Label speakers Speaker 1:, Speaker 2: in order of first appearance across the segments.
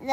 Speaker 1: 的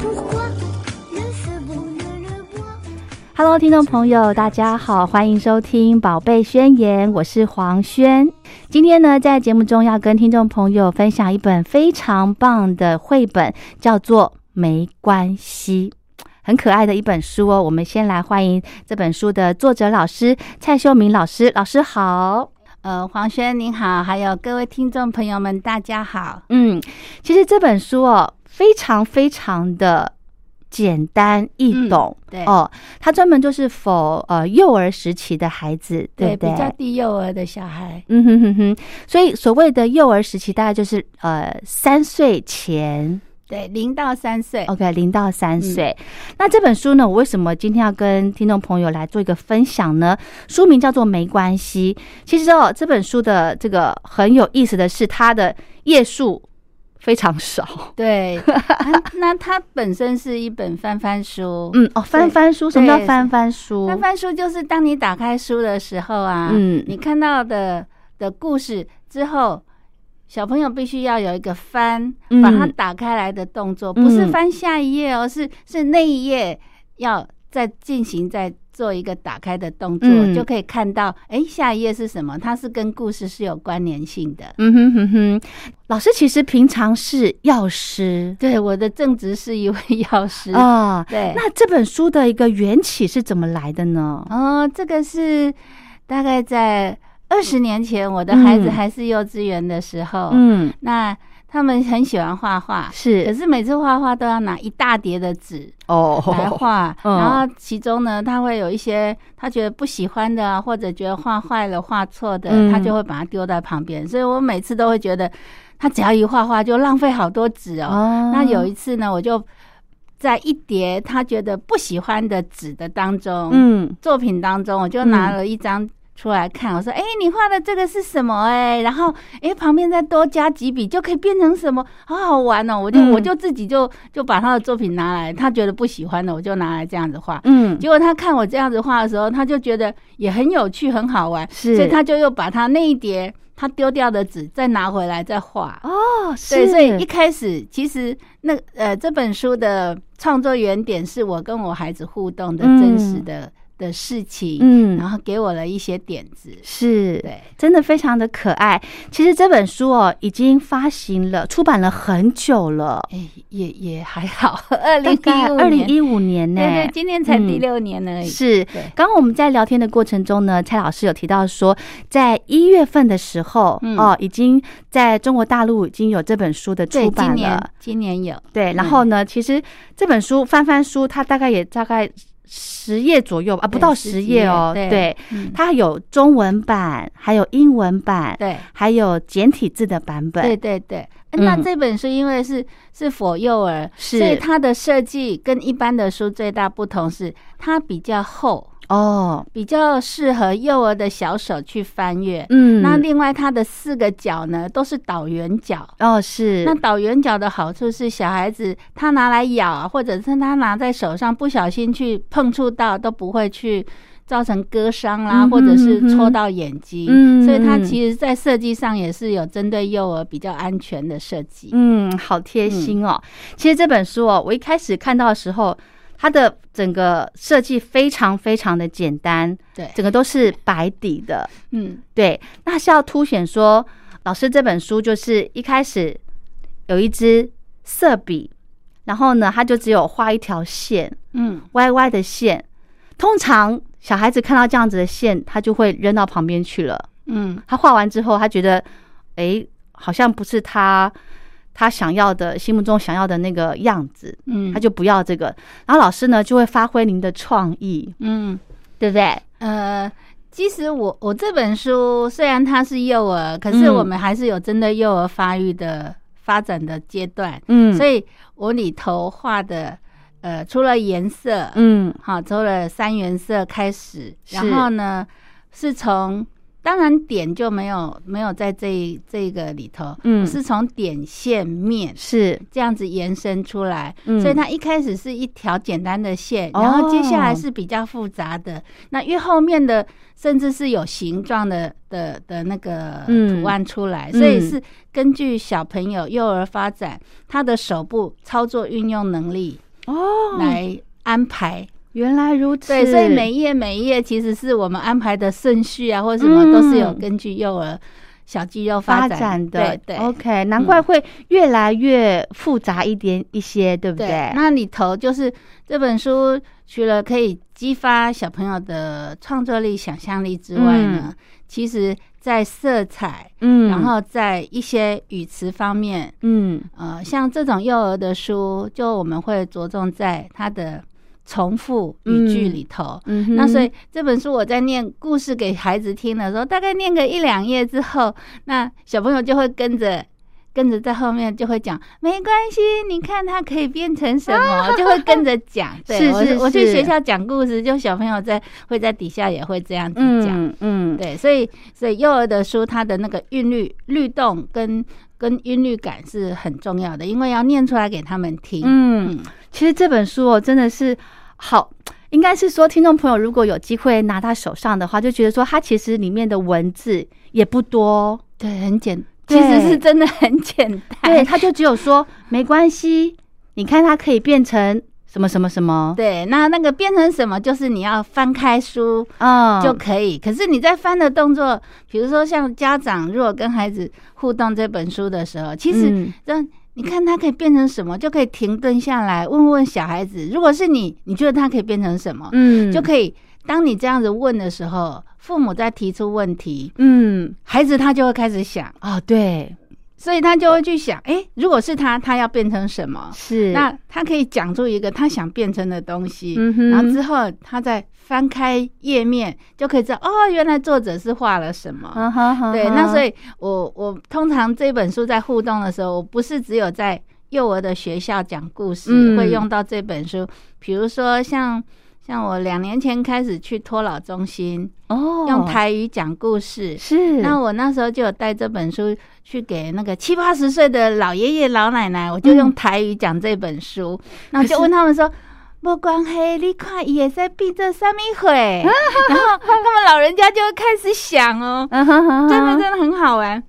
Speaker 2: Pourquoi le feu brûle le bois
Speaker 3: Hello，听众朋友，大家好，欢迎收听《宝贝宣言》，我是黄轩。今天呢，在节目中要跟听众朋友分享一本非常棒的绘本，叫做《没关系》。很可爱的一本书哦，我们先来欢迎这本书的作者老师蔡秀明老师，老师好。
Speaker 4: 呃，黄轩您好，还有各位听众朋友们，大家好。
Speaker 3: 嗯，其实这本书哦，非常非常的简单易懂，
Speaker 4: 嗯对
Speaker 3: 哦，它专门就是否呃幼儿时期的孩子，对不对？
Speaker 4: 比较低幼儿的小孩，
Speaker 3: 嗯哼哼哼，所以所谓的幼儿时期，大概就是呃三岁前
Speaker 4: 对，零到三岁。
Speaker 3: ，OK，零到三岁。
Speaker 4: 嗯
Speaker 3: 那这本书呢，我为什么今天要跟听众朋友来做一个分享呢？书名叫做《没关系》。其实哦，这本书的这个很有意思的是，它的页数非 常少。
Speaker 4: 对，啊那它本身是一本翻翻书。
Speaker 3: 嗯，哦，翻翻书，
Speaker 4: 对
Speaker 3: 什么叫翻翻书？
Speaker 4: 翻翻书就是当你打开书的时候啊，
Speaker 3: 嗯
Speaker 4: 你看到的的故事之后，小朋友必须要有一个翻，
Speaker 3: 嗯
Speaker 4: 把它打开来的动作，
Speaker 3: 嗯
Speaker 4: 不是翻下一页哦，是是那一页要再进行再做一个打开的动作，
Speaker 3: 嗯
Speaker 4: 就可以看到，哎，下一页是什么？它是跟故事是有关联性的。
Speaker 3: 嗯哼哼哼，老师其实平常是药师
Speaker 4: 对，我的正职是一位 药师。
Speaker 3: 啊、
Speaker 4: 嗯对，
Speaker 3: 那这本书的一个缘起是怎么来的呢？
Speaker 4: 哦，这个是大概在二十年前，我的孩子
Speaker 3: 嗯
Speaker 4: 还是幼稚园的时候，，
Speaker 3: 嗯，
Speaker 4: 那他们很喜欢画画，
Speaker 3: 是
Speaker 4: 可是每次画画都要拿一大叠的纸
Speaker 3: 哦
Speaker 4: 来画，
Speaker 3: 嗯
Speaker 4: 然后其中呢，他会有一些他觉得不喜欢的啊，或者觉得画坏了、画错的，
Speaker 3: 嗯
Speaker 4: 他就会把它丢在旁边。所以我每次都会觉得，他只要一画画就浪费好多纸哦。
Speaker 3: 哦
Speaker 4: 那有一次呢，我就在一叠他觉得不喜欢的纸的当中，
Speaker 3: 嗯
Speaker 4: 作品当中，我就拿了一张出来看，我说：“哎、你画的这个是什么、哎，然后哎、旁边再多加几笔就可以变成什么，好好玩哦！我就、
Speaker 3: 嗯
Speaker 4: 我就自己就就把他的作品拿来，他觉得不喜欢的，我就拿来这样子画。
Speaker 3: 嗯
Speaker 4: 结果他看我这样子画的时候，他就觉得也很有趣，很好玩，
Speaker 3: 是
Speaker 4: 所以他就又把他那一叠他丢掉的纸再拿回来再画。
Speaker 3: 哦，
Speaker 4: 对，
Speaker 3: 是
Speaker 4: 所以一开始其实那呃这本书的创作原点是我跟我孩子互动的
Speaker 3: 嗯
Speaker 4: 真实的、的事情，然
Speaker 3: 嗯
Speaker 4: 后给我了一些点子。
Speaker 3: 是。
Speaker 4: 对，
Speaker 3: 真的非常的可爱。其实这本书哦，已经发行了，出版了很久了，
Speaker 4: 哎，也也还好， 二零
Speaker 3: 大概
Speaker 4: 一五
Speaker 3: 二零一五年
Speaker 4: 对
Speaker 3: 呢。
Speaker 4: 对，今年才
Speaker 3: 嗯
Speaker 4: 第六年而已。
Speaker 3: 是
Speaker 4: 对，
Speaker 3: 刚刚我们在聊天的过程中呢，蔡老师有提到说，在一月份的时候，
Speaker 4: 嗯
Speaker 3: 哦，已经在中国大陆已经有这本书的
Speaker 4: 对，
Speaker 3: 出
Speaker 4: 今
Speaker 3: 版
Speaker 4: 年
Speaker 3: 了。
Speaker 4: 今年有，
Speaker 3: 对，然后呢，其实这本书翻翻书，它大概也大概十页左右吧啊，不
Speaker 4: 对
Speaker 3: 到
Speaker 4: 十
Speaker 3: 十
Speaker 4: 几
Speaker 3: 页
Speaker 4: 页
Speaker 3: 哦。
Speaker 4: 对
Speaker 3: 对，
Speaker 4: 嗯，
Speaker 3: 它有中文版，还有英文版，
Speaker 4: 对。
Speaker 3: 还有简体字的版
Speaker 4: 对
Speaker 3: 本。
Speaker 4: 对对，哎
Speaker 3: 嗯
Speaker 4: 那这本书因为是是否幼儿，
Speaker 3: 是
Speaker 4: 所以它的设计跟一般的书最大不同是它比较厚，
Speaker 3: 哦，
Speaker 4: 比较适合幼儿的小手去翻阅。
Speaker 3: 嗯，
Speaker 4: 那另外它的四个角呢都是导圆角。
Speaker 3: 哦是
Speaker 4: 那导圆角的好处是，小孩子他拿来咬啊，或者是他拿在手上不小心去碰触到，都不会去造成割伤啦，
Speaker 3: 嗯哼
Speaker 4: 或者是
Speaker 3: 嗯哼
Speaker 4: 戳到眼睛。
Speaker 3: 嗯
Speaker 4: 所以它
Speaker 3: 嗯
Speaker 4: 其实在设计上也是有针对幼儿比较安全的设计。
Speaker 3: 嗯，好贴心哦。
Speaker 4: 嗯
Speaker 3: 其实这本书哦，我一开始看到的时候，它的整个设计非常非常的简单，
Speaker 4: 对，
Speaker 3: 整个都是白底的。
Speaker 4: 嗯，
Speaker 3: 对，那是要凸显说，老师这本书就是一开始有一支色笔，然后呢，它就只有画一条线，
Speaker 4: 嗯，
Speaker 3: 歪歪的线。通常小孩子看到这样子的线，他就会扔到旁边去了。
Speaker 4: 嗯，
Speaker 3: 他画完之后，他觉得，诶，好像不是他他想要的，心目中想要的那个样子，
Speaker 4: 嗯
Speaker 3: 他就不要这个。然后老师呢，就会发挥您的创意，
Speaker 4: 嗯，
Speaker 3: 对不对？
Speaker 4: 呃，其实我我这本书虽然它是幼儿，可是
Speaker 3: 嗯
Speaker 4: 我们还是有针对幼儿发育的发展的阶段，
Speaker 3: 嗯
Speaker 4: 所
Speaker 3: 以，
Speaker 4: 以我里头画的，呃，除了颜色，
Speaker 3: 嗯
Speaker 4: 好，除了三原色开始，
Speaker 3: 是
Speaker 4: 然后呢，是从当然点就没有没有在这一这个里头，
Speaker 3: 嗯
Speaker 4: 我是从点线面
Speaker 3: 是，
Speaker 4: 这样子延伸出来，
Speaker 3: 嗯
Speaker 4: 所以它一开始是一条简单的线，
Speaker 3: 哦
Speaker 4: 然后接下来是比较复杂的，那越后面的甚至是有形状的的的那个
Speaker 3: 嗯
Speaker 4: 图案出来，
Speaker 3: 嗯
Speaker 4: 所以是根据小朋友幼儿发展他的手部操作运用能力
Speaker 3: 哦
Speaker 4: 来安排。
Speaker 3: 原来如此。
Speaker 4: 对，所以每一页每一页其实是我们安排的顺序啊，或者什么、
Speaker 3: 嗯
Speaker 4: 都是有根据幼儿小肌肉
Speaker 3: 发
Speaker 4: 发展
Speaker 3: 展的
Speaker 4: 对对。嗯
Speaker 3: OK，难怪会越来越复杂一点一些，对不
Speaker 4: 对，那里头就是这本书，除了可以激发小朋友的创作力、想象力之外呢，其实在色彩，
Speaker 3: 嗯，
Speaker 4: 然后在一些语词方面，
Speaker 3: 嗯
Speaker 4: 呃，像这种幼儿的书，就我们会着重在它的重复语句里头。
Speaker 3: 嗯哼，
Speaker 4: 那所以这本书我在念故事给孩子听的时候，大概念个一两页之后，那小朋友就会跟着。跟着在后面就会讲，没关系，你看它可以变成什么，就会跟着 讲。对
Speaker 3: 啊是
Speaker 4: 我
Speaker 3: 是
Speaker 4: 我去
Speaker 3: 是
Speaker 4: 学校讲故事，就小朋友在会在底下也会这样子讲。
Speaker 3: 嗯嗯，
Speaker 4: 对，所以所以幼儿的书，它的那个韵律、律动跟跟韵律感是很重要的，因为要念出来给他们听。
Speaker 3: 嗯
Speaker 4: 嗯，
Speaker 3: 其实这本书哦，真的是好，应该是说听众朋友如果有机会拿到手上的话，就觉得说它其实里面的文字也不多 哦，
Speaker 4: 对，很简，
Speaker 3: 对
Speaker 4: 其实是真的很简单。
Speaker 3: 对，它就只有说没关系，你看它可以变成什么什么什么，
Speaker 4: 对，那那个变成什么，就是你要翻开书
Speaker 3: 嗯，
Speaker 4: 就可以。可是你在翻的动作，比如说像家长如果跟孩子互动这本书的时候，其实
Speaker 3: 嗯
Speaker 4: 让你看他可以变成什么，就可以停顿下来问问小孩子，如果是你，你觉得他可以变成什么，
Speaker 3: 嗯
Speaker 4: 就可以。当你这样子问的时候，父母在提出问题，
Speaker 3: 嗯
Speaker 4: 孩子他就会开始想，
Speaker 3: 哦，
Speaker 4: 嗯
Speaker 3: 对，
Speaker 4: 所以他就会去想，诶，如果是他，他要变成什么？
Speaker 3: 是
Speaker 4: 那他可以讲出一个他想变成的东西，
Speaker 3: 嗯哼
Speaker 4: 然后之后他再翻开页面，就可以知道哦，原来作者是画了什么。
Speaker 3: 嗯哼哼，
Speaker 4: 对，那所
Speaker 3: 以
Speaker 4: 以我我通常这本书在互动的时候，我不是只有在幼儿的学校讲故事、
Speaker 3: 嗯
Speaker 4: 会用到这本书，比如说像像我两年前开始去托老中心、
Speaker 3: 哦，
Speaker 4: 用台语讲故事，
Speaker 3: 是
Speaker 4: 那我那时候就有带这本书去给那个七八十岁的老爷爷老奶奶，我就
Speaker 3: 嗯
Speaker 4: 用台语讲这本书，然后就问他们说。不光黑，你看也在闭这三米会， 然后他们老人家就会开始想哦，
Speaker 3: 嗯哼哼，
Speaker 4: 真的真的很好玩。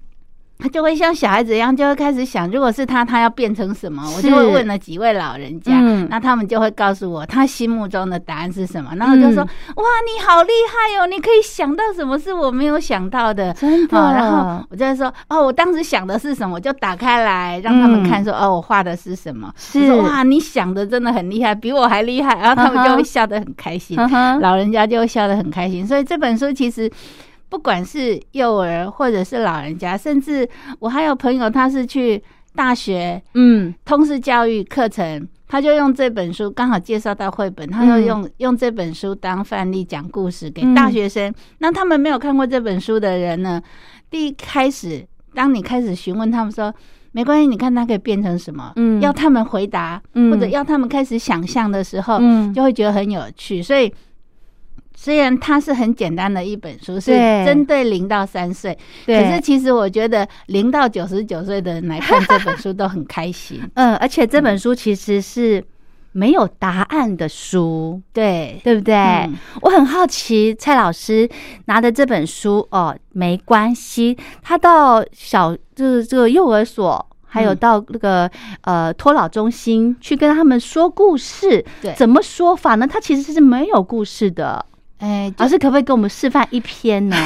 Speaker 4: 他就会像小孩子一样，就会开始想，如果是他，他要变成什么？我
Speaker 3: 是
Speaker 4: 就会问了几位老人家，
Speaker 3: 嗯
Speaker 4: 那他们就会告诉我他心目中的答案是什么。然后我就说：“
Speaker 3: 嗯
Speaker 4: 哇，你好厉害哦！你可以想到什么是我没有想到的。”
Speaker 3: 真的
Speaker 4: 哦然
Speaker 3: 嗯
Speaker 4: 后我就会说：“哦，我当时想的是什么？”我就打开来让他们看说，哦，我画的是什么？”
Speaker 3: 嗯是
Speaker 4: 我说：“哇，你想的真的很厉害，比我还厉害。”然后他们就会笑得很开心。
Speaker 3: 嗯哼
Speaker 4: 老人家就会笑得很开心。所以这本书其实不管是幼儿或者是老人家，甚至我还有朋友他是去大学
Speaker 3: 嗯
Speaker 4: 通识教育课程。他就用这本书，刚好介绍到绘本，他就
Speaker 3: 嗯
Speaker 4: 用、用这本书当范例讲故事给大学生。那他们没有看过这本书的人呢，第一开始，当你开始询问他们说，没关系，你看它可以变成什么，
Speaker 3: 嗯
Speaker 4: 要他们回答，
Speaker 3: 嗯
Speaker 4: 或者要他们开始想象的时候，
Speaker 3: 嗯
Speaker 4: 就会觉得很有趣。所以，虽然它是很简单的一本书，是
Speaker 3: 对
Speaker 4: 针对零到三岁，
Speaker 3: 对
Speaker 4: 可是其实我觉得零到九十九岁的人来看这本书都很开心。
Speaker 3: 嗯，而且这本书其实是没有答案的书，
Speaker 4: 对，
Speaker 3: 对不对？
Speaker 4: 嗯
Speaker 3: 我很好奇，蔡老师拿的这本书哦，没关系，他到小就是这个幼儿所。还有
Speaker 4: 嗯
Speaker 3: 到那个、呃托老中心去跟他们说故事，
Speaker 4: 对
Speaker 3: 怎么说法呢？他其实是没有故事的。
Speaker 4: 哎、
Speaker 3: 老师可不可以给我们示范一篇 呢？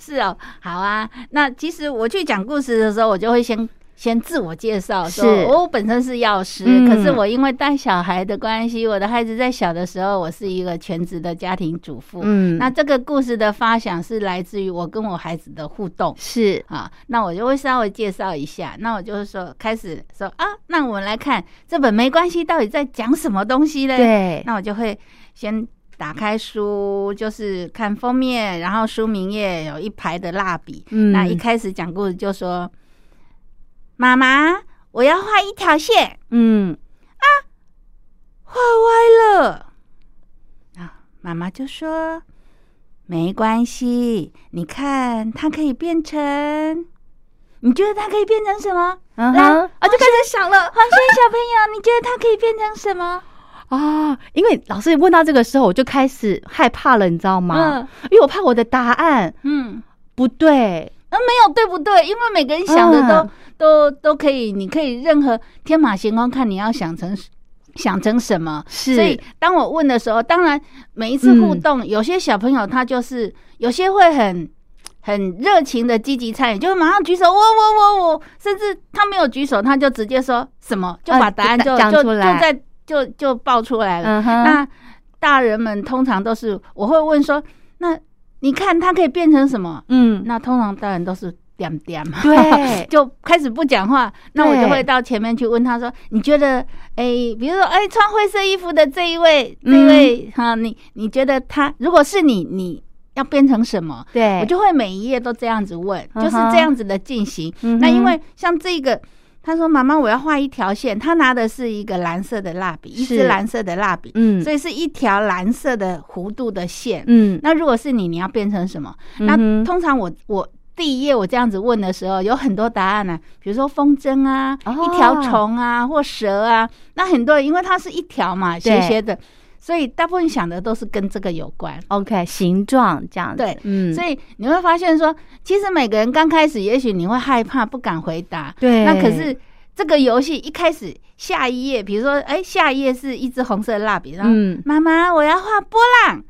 Speaker 4: 是哦，好啊。那其实我去讲故事的时候，我就会先先自我介绍，说哦
Speaker 3: 是
Speaker 4: 我本身是药师，
Speaker 3: 嗯
Speaker 4: 可是我因为带小孩的关系，我的孩子在小的时候，我是一个全职的家庭主妇。
Speaker 3: 嗯，
Speaker 4: 那这个故事的发想是来自于我跟我孩子的互动。
Speaker 3: 是
Speaker 4: 啊，那我就会稍微介绍一下。那我就是说，开始说啊，那我们来看这本没关系到底在讲什么东西嘞？
Speaker 3: 对
Speaker 4: 那我就会先打开书，就是看封面，然后书名页有一排的蜡笔。
Speaker 3: 嗯
Speaker 4: 那一开始讲故事就说：“妈妈，我要画一条线，
Speaker 3: 嗯，
Speaker 4: 画歪了。”啊，妈妈就说：“没关系，你看它可以变成……你觉得它可以变成什么？”
Speaker 3: 嗯
Speaker 4: 来，
Speaker 3: 哼
Speaker 4: 啊我就开始想了。黄轩小朋友，你觉得它可以变成什么？
Speaker 3: 啊、因为老师问到这个时候，我就开始害怕了，你知道吗？
Speaker 4: 嗯
Speaker 3: 因为我怕我的答案
Speaker 4: 嗯，
Speaker 3: 不对，
Speaker 4: 呃，没有对不对？因为每个人想的都、
Speaker 3: 嗯
Speaker 4: 都都可以，你可以任何天马行空，看你要想成想成什么。
Speaker 3: 是
Speaker 4: 所以当我问的时候，当然每一次互动，有些小朋友他就是有些会很。很热情的积极参与，就会马上举手，我我我我，甚至他没有举手，他就直接说什么，就把答案就、
Speaker 3: 啊讲
Speaker 4: 就
Speaker 3: 出
Speaker 4: 就
Speaker 3: 来
Speaker 4: 在就就爆出来了。
Speaker 3: 嗯哼
Speaker 4: 那大人们通常都是我会问说，那你看它可以变成什么？
Speaker 3: 嗯，
Speaker 4: 那通常大人都是点点嘛，
Speaker 3: 对
Speaker 4: 就开始不讲话。那我就
Speaker 3: 对
Speaker 4: 会到前面去问他说：“你觉得，哎、比如说，哎、穿灰色衣服的这一位，这一
Speaker 3: 嗯
Speaker 4: 位，哈、你你觉得他如果是你，你要变成什么？”
Speaker 3: 对，
Speaker 4: 我就会每一页都这样子问，
Speaker 3: 嗯哼
Speaker 4: 就是这样子的进行。
Speaker 3: 嗯哼
Speaker 4: 那因为像这个，他说：“妈妈，我要画一条线。”他拿的是一个蓝色的蜡笔，一
Speaker 3: 是
Speaker 4: 支蓝色的蜡笔，
Speaker 3: 嗯
Speaker 4: 所以是一条蓝色的弧度的线。
Speaker 3: 嗯
Speaker 4: 那如果是你，你要变成什么？
Speaker 3: 嗯
Speaker 4: 那
Speaker 3: 哼
Speaker 4: 通常我我第一页我这样子问的时候，有很多答案呢、比如说风筝啊，
Speaker 3: 哦
Speaker 4: 一条虫啊，或蛇啊。那很多人因为它是一条嘛，斜
Speaker 3: 对
Speaker 4: 斜的，所以大部分想的都是跟这个有关。
Speaker 3: OK 形状这样子，
Speaker 4: 对，
Speaker 3: 嗯，
Speaker 4: 所以你会发现说，其实每个人刚开始，也许你会害怕，不敢回答。
Speaker 3: 对
Speaker 4: 那可是这个游戏一开始下一页，比如说，哎，下一页是一支红色的蜡笔，然后、
Speaker 3: 嗯
Speaker 4: 妈妈，我要画波浪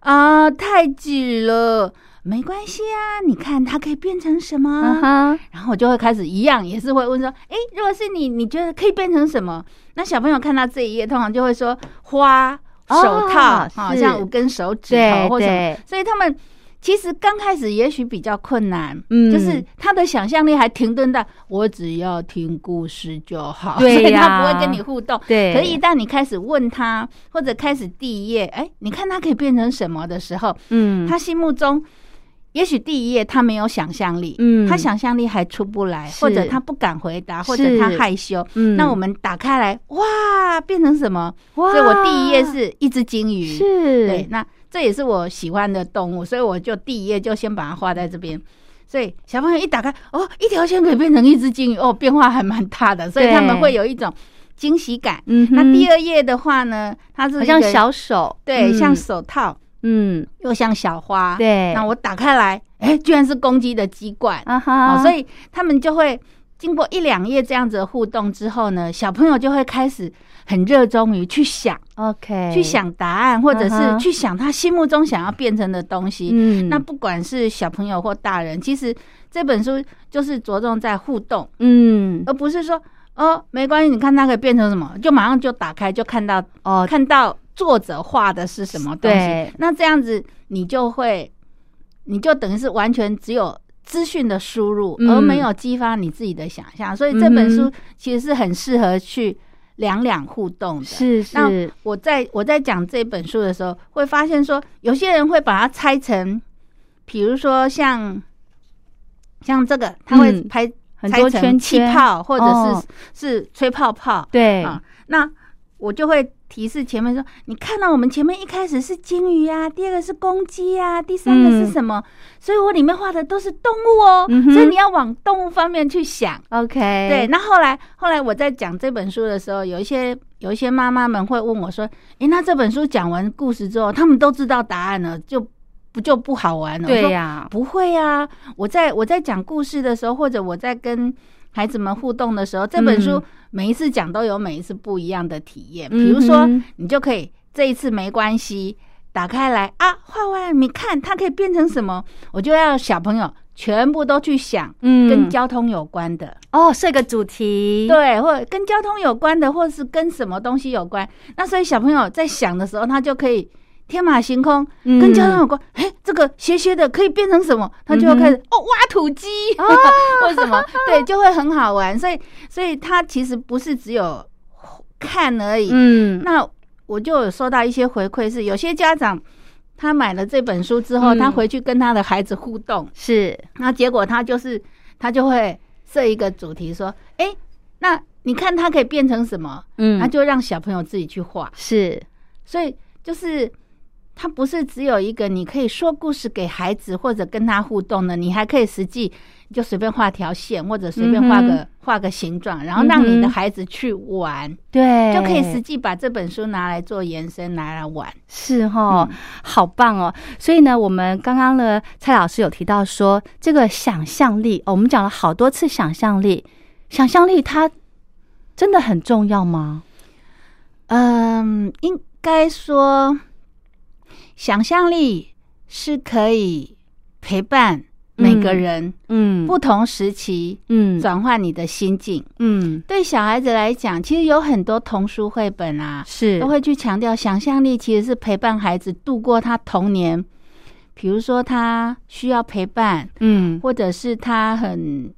Speaker 4: 啊、太挤了，没关系啊，你看它可以变成什么？
Speaker 3: 嗯哼，
Speaker 4: 然后我就会开始一样，也是会问说，诶，如果是你，你觉得可以变成什么？那小朋友看到这一页，通常就会说花、
Speaker 3: 哦
Speaker 4: 手套，好、
Speaker 3: 是
Speaker 4: 像五根手指
Speaker 3: 对
Speaker 4: 头或什么
Speaker 3: 对，
Speaker 4: 所以他们。其实刚开始也许比较困难，
Speaker 3: 嗯
Speaker 4: 就是他的想象力还停顿到我只要听故事就好，
Speaker 3: 对呀
Speaker 4: 所以他不会跟你互动。
Speaker 3: 对
Speaker 4: 可是一旦你开始问他，或者开始第一页，哎，你看他可以变成什么的时候，
Speaker 3: 嗯，
Speaker 4: 他心目中，也许第一页他没有想象力，
Speaker 3: 嗯
Speaker 4: 他想象力还出不来，
Speaker 3: 是
Speaker 4: 或者他不敢回答，
Speaker 3: 是
Speaker 4: 或者他害羞。
Speaker 3: 嗯
Speaker 4: 那我们打开来，哇，变成什么？
Speaker 3: 哇
Speaker 4: 所以我第一页是一只金鱼，
Speaker 3: 是
Speaker 4: 对，那这也是我喜欢的动物，所以我就第一页就先把它画在这边。所以小朋友一打开，哦，一条线可以变成一只金鱼，哦，变化还蛮大的，所以
Speaker 3: 对
Speaker 4: 他们会有一种惊喜感。
Speaker 3: 嗯哼
Speaker 4: 那第二页的话呢，它是
Speaker 3: 好
Speaker 4: 一
Speaker 3: 像
Speaker 4: 个
Speaker 3: 小手，
Speaker 4: 对，
Speaker 3: 嗯
Speaker 4: 像手套，
Speaker 3: 嗯
Speaker 4: 又像小啊花，
Speaker 3: 对
Speaker 4: 那我打开来，哎，居然是公鸡的鸡冠
Speaker 3: 啊
Speaker 4: 哦
Speaker 3: 哈，
Speaker 4: 所以他们就会经过一两页这样子的互动之后呢，小朋友就会开始很热衷于去想，
Speaker 3: OK
Speaker 4: 去，想答案，或者
Speaker 3: 哎嗯
Speaker 4: 是
Speaker 3: 哼
Speaker 4: 去想他心目中想要变成的东西。
Speaker 3: 嗯
Speaker 4: 那不管是小朋友或大人，其实这本书就是着重在互动，
Speaker 3: 嗯
Speaker 4: 而不是说哦没关系，你看它可以变成什么，就马上就打开就看到
Speaker 3: 哦
Speaker 4: 看到作者画的是什么东
Speaker 3: 对
Speaker 4: 西，那这样子你就会，你就等于是完全只有资讯的输入，
Speaker 3: 嗯
Speaker 4: 而没有激发你自己的想象。所以这本
Speaker 3: 嗯
Speaker 4: 书其实是很适合去两两互动的。
Speaker 3: 是
Speaker 4: 那
Speaker 3: 是
Speaker 4: 我在我在讲这本书的时候，会发现说，有些人会把它拆成，比如说像像这个，他会
Speaker 3: 嗯
Speaker 4: 拍、
Speaker 3: 很多
Speaker 4: 拆
Speaker 3: 圈
Speaker 4: 成气
Speaker 3: 圈
Speaker 4: 泡，或者是、
Speaker 3: 哦
Speaker 4: 是吹泡泡，
Speaker 3: 对
Speaker 4: 啊，那我就会提示前面说，你看到我们前面一开始是鲸鱼啊，第二个是公鸡啊，第三个是什么？所以我里面画的都是动物哦，
Speaker 3: 嗯嗯哼哎
Speaker 4: 所以你要往动物方面去想。
Speaker 3: OK，
Speaker 4: 对，，那后来后来我在讲这本书的时候，有一些有一些妈妈们会问我说：“诶，那这本书讲完故事之后，他们都知道答案了，就不就不好玩了？”我
Speaker 3: 对
Speaker 4: 说
Speaker 3: 呀
Speaker 4: 不会呀、我在我在讲故事的时候，或者我在跟孩子们互动的时候，这本书
Speaker 3: 嗯
Speaker 4: 每一次讲都有每一次不一样的体验。
Speaker 3: 嗯哼
Speaker 4: 比如说，你就可以这一次没关系，打开来啊，画完你看它可以变成什么，我就要小朋友全部都去想。
Speaker 3: 嗯
Speaker 4: 跟交通有关的，
Speaker 3: 哦设个主题，，
Speaker 4: 对，或者跟交通有关的，或是跟什么东西有关。那所以小朋友在想的时候，他就可以天马行空，
Speaker 3: 嗯
Speaker 4: 跟交通有关。哎、这个斜斜的可以变成什么？他就会开始、哦，挖土机，
Speaker 3: 哦
Speaker 4: 为什么？对，就会很好玩。所以，所以他其实不是只有看而已。
Speaker 3: 嗯，
Speaker 4: 那我就有收到一些回馈，是有些家长。他买了这本书之后，
Speaker 3: 嗯
Speaker 4: 他回去跟他的孩子互动，
Speaker 3: 是，
Speaker 4: 那结果他就是他就会设一个主题说，哎、那你看它可以变成什么？
Speaker 3: 嗯，
Speaker 4: 那就让小朋友自己去画。
Speaker 3: 是，
Speaker 4: 所以就是它不是只有一个你可以说故事给孩子或者跟他互动的，你还可以实际你就随便画条线或者随便画
Speaker 3: 嗯
Speaker 4: 个画、个形状，然后让
Speaker 3: 嗯
Speaker 4: 你
Speaker 3: 哼
Speaker 4: 的孩子去玩，
Speaker 3: 对，
Speaker 4: 就可以实际把这本书拿来做延伸，拿来玩。
Speaker 3: 是哦，
Speaker 4: 嗯
Speaker 3: 好棒哦！所以呢，我们刚刚呢，蔡老师有提到说，这个想象力、哦我们讲了好多次想象力，想象力它真的很重要吗？
Speaker 4: 嗯，应该说，想象力是可以陪伴每个人
Speaker 3: 嗯
Speaker 4: 不同时期
Speaker 3: 嗯
Speaker 4: 转换你的心境。
Speaker 3: 嗯
Speaker 4: 对小孩子来讲，其实有很多童书绘本啊，
Speaker 3: 是
Speaker 4: 都会去强调想象力其实是陪伴孩子度过他童年。比如说，他需要陪伴，
Speaker 3: 嗯
Speaker 4: 或者是他很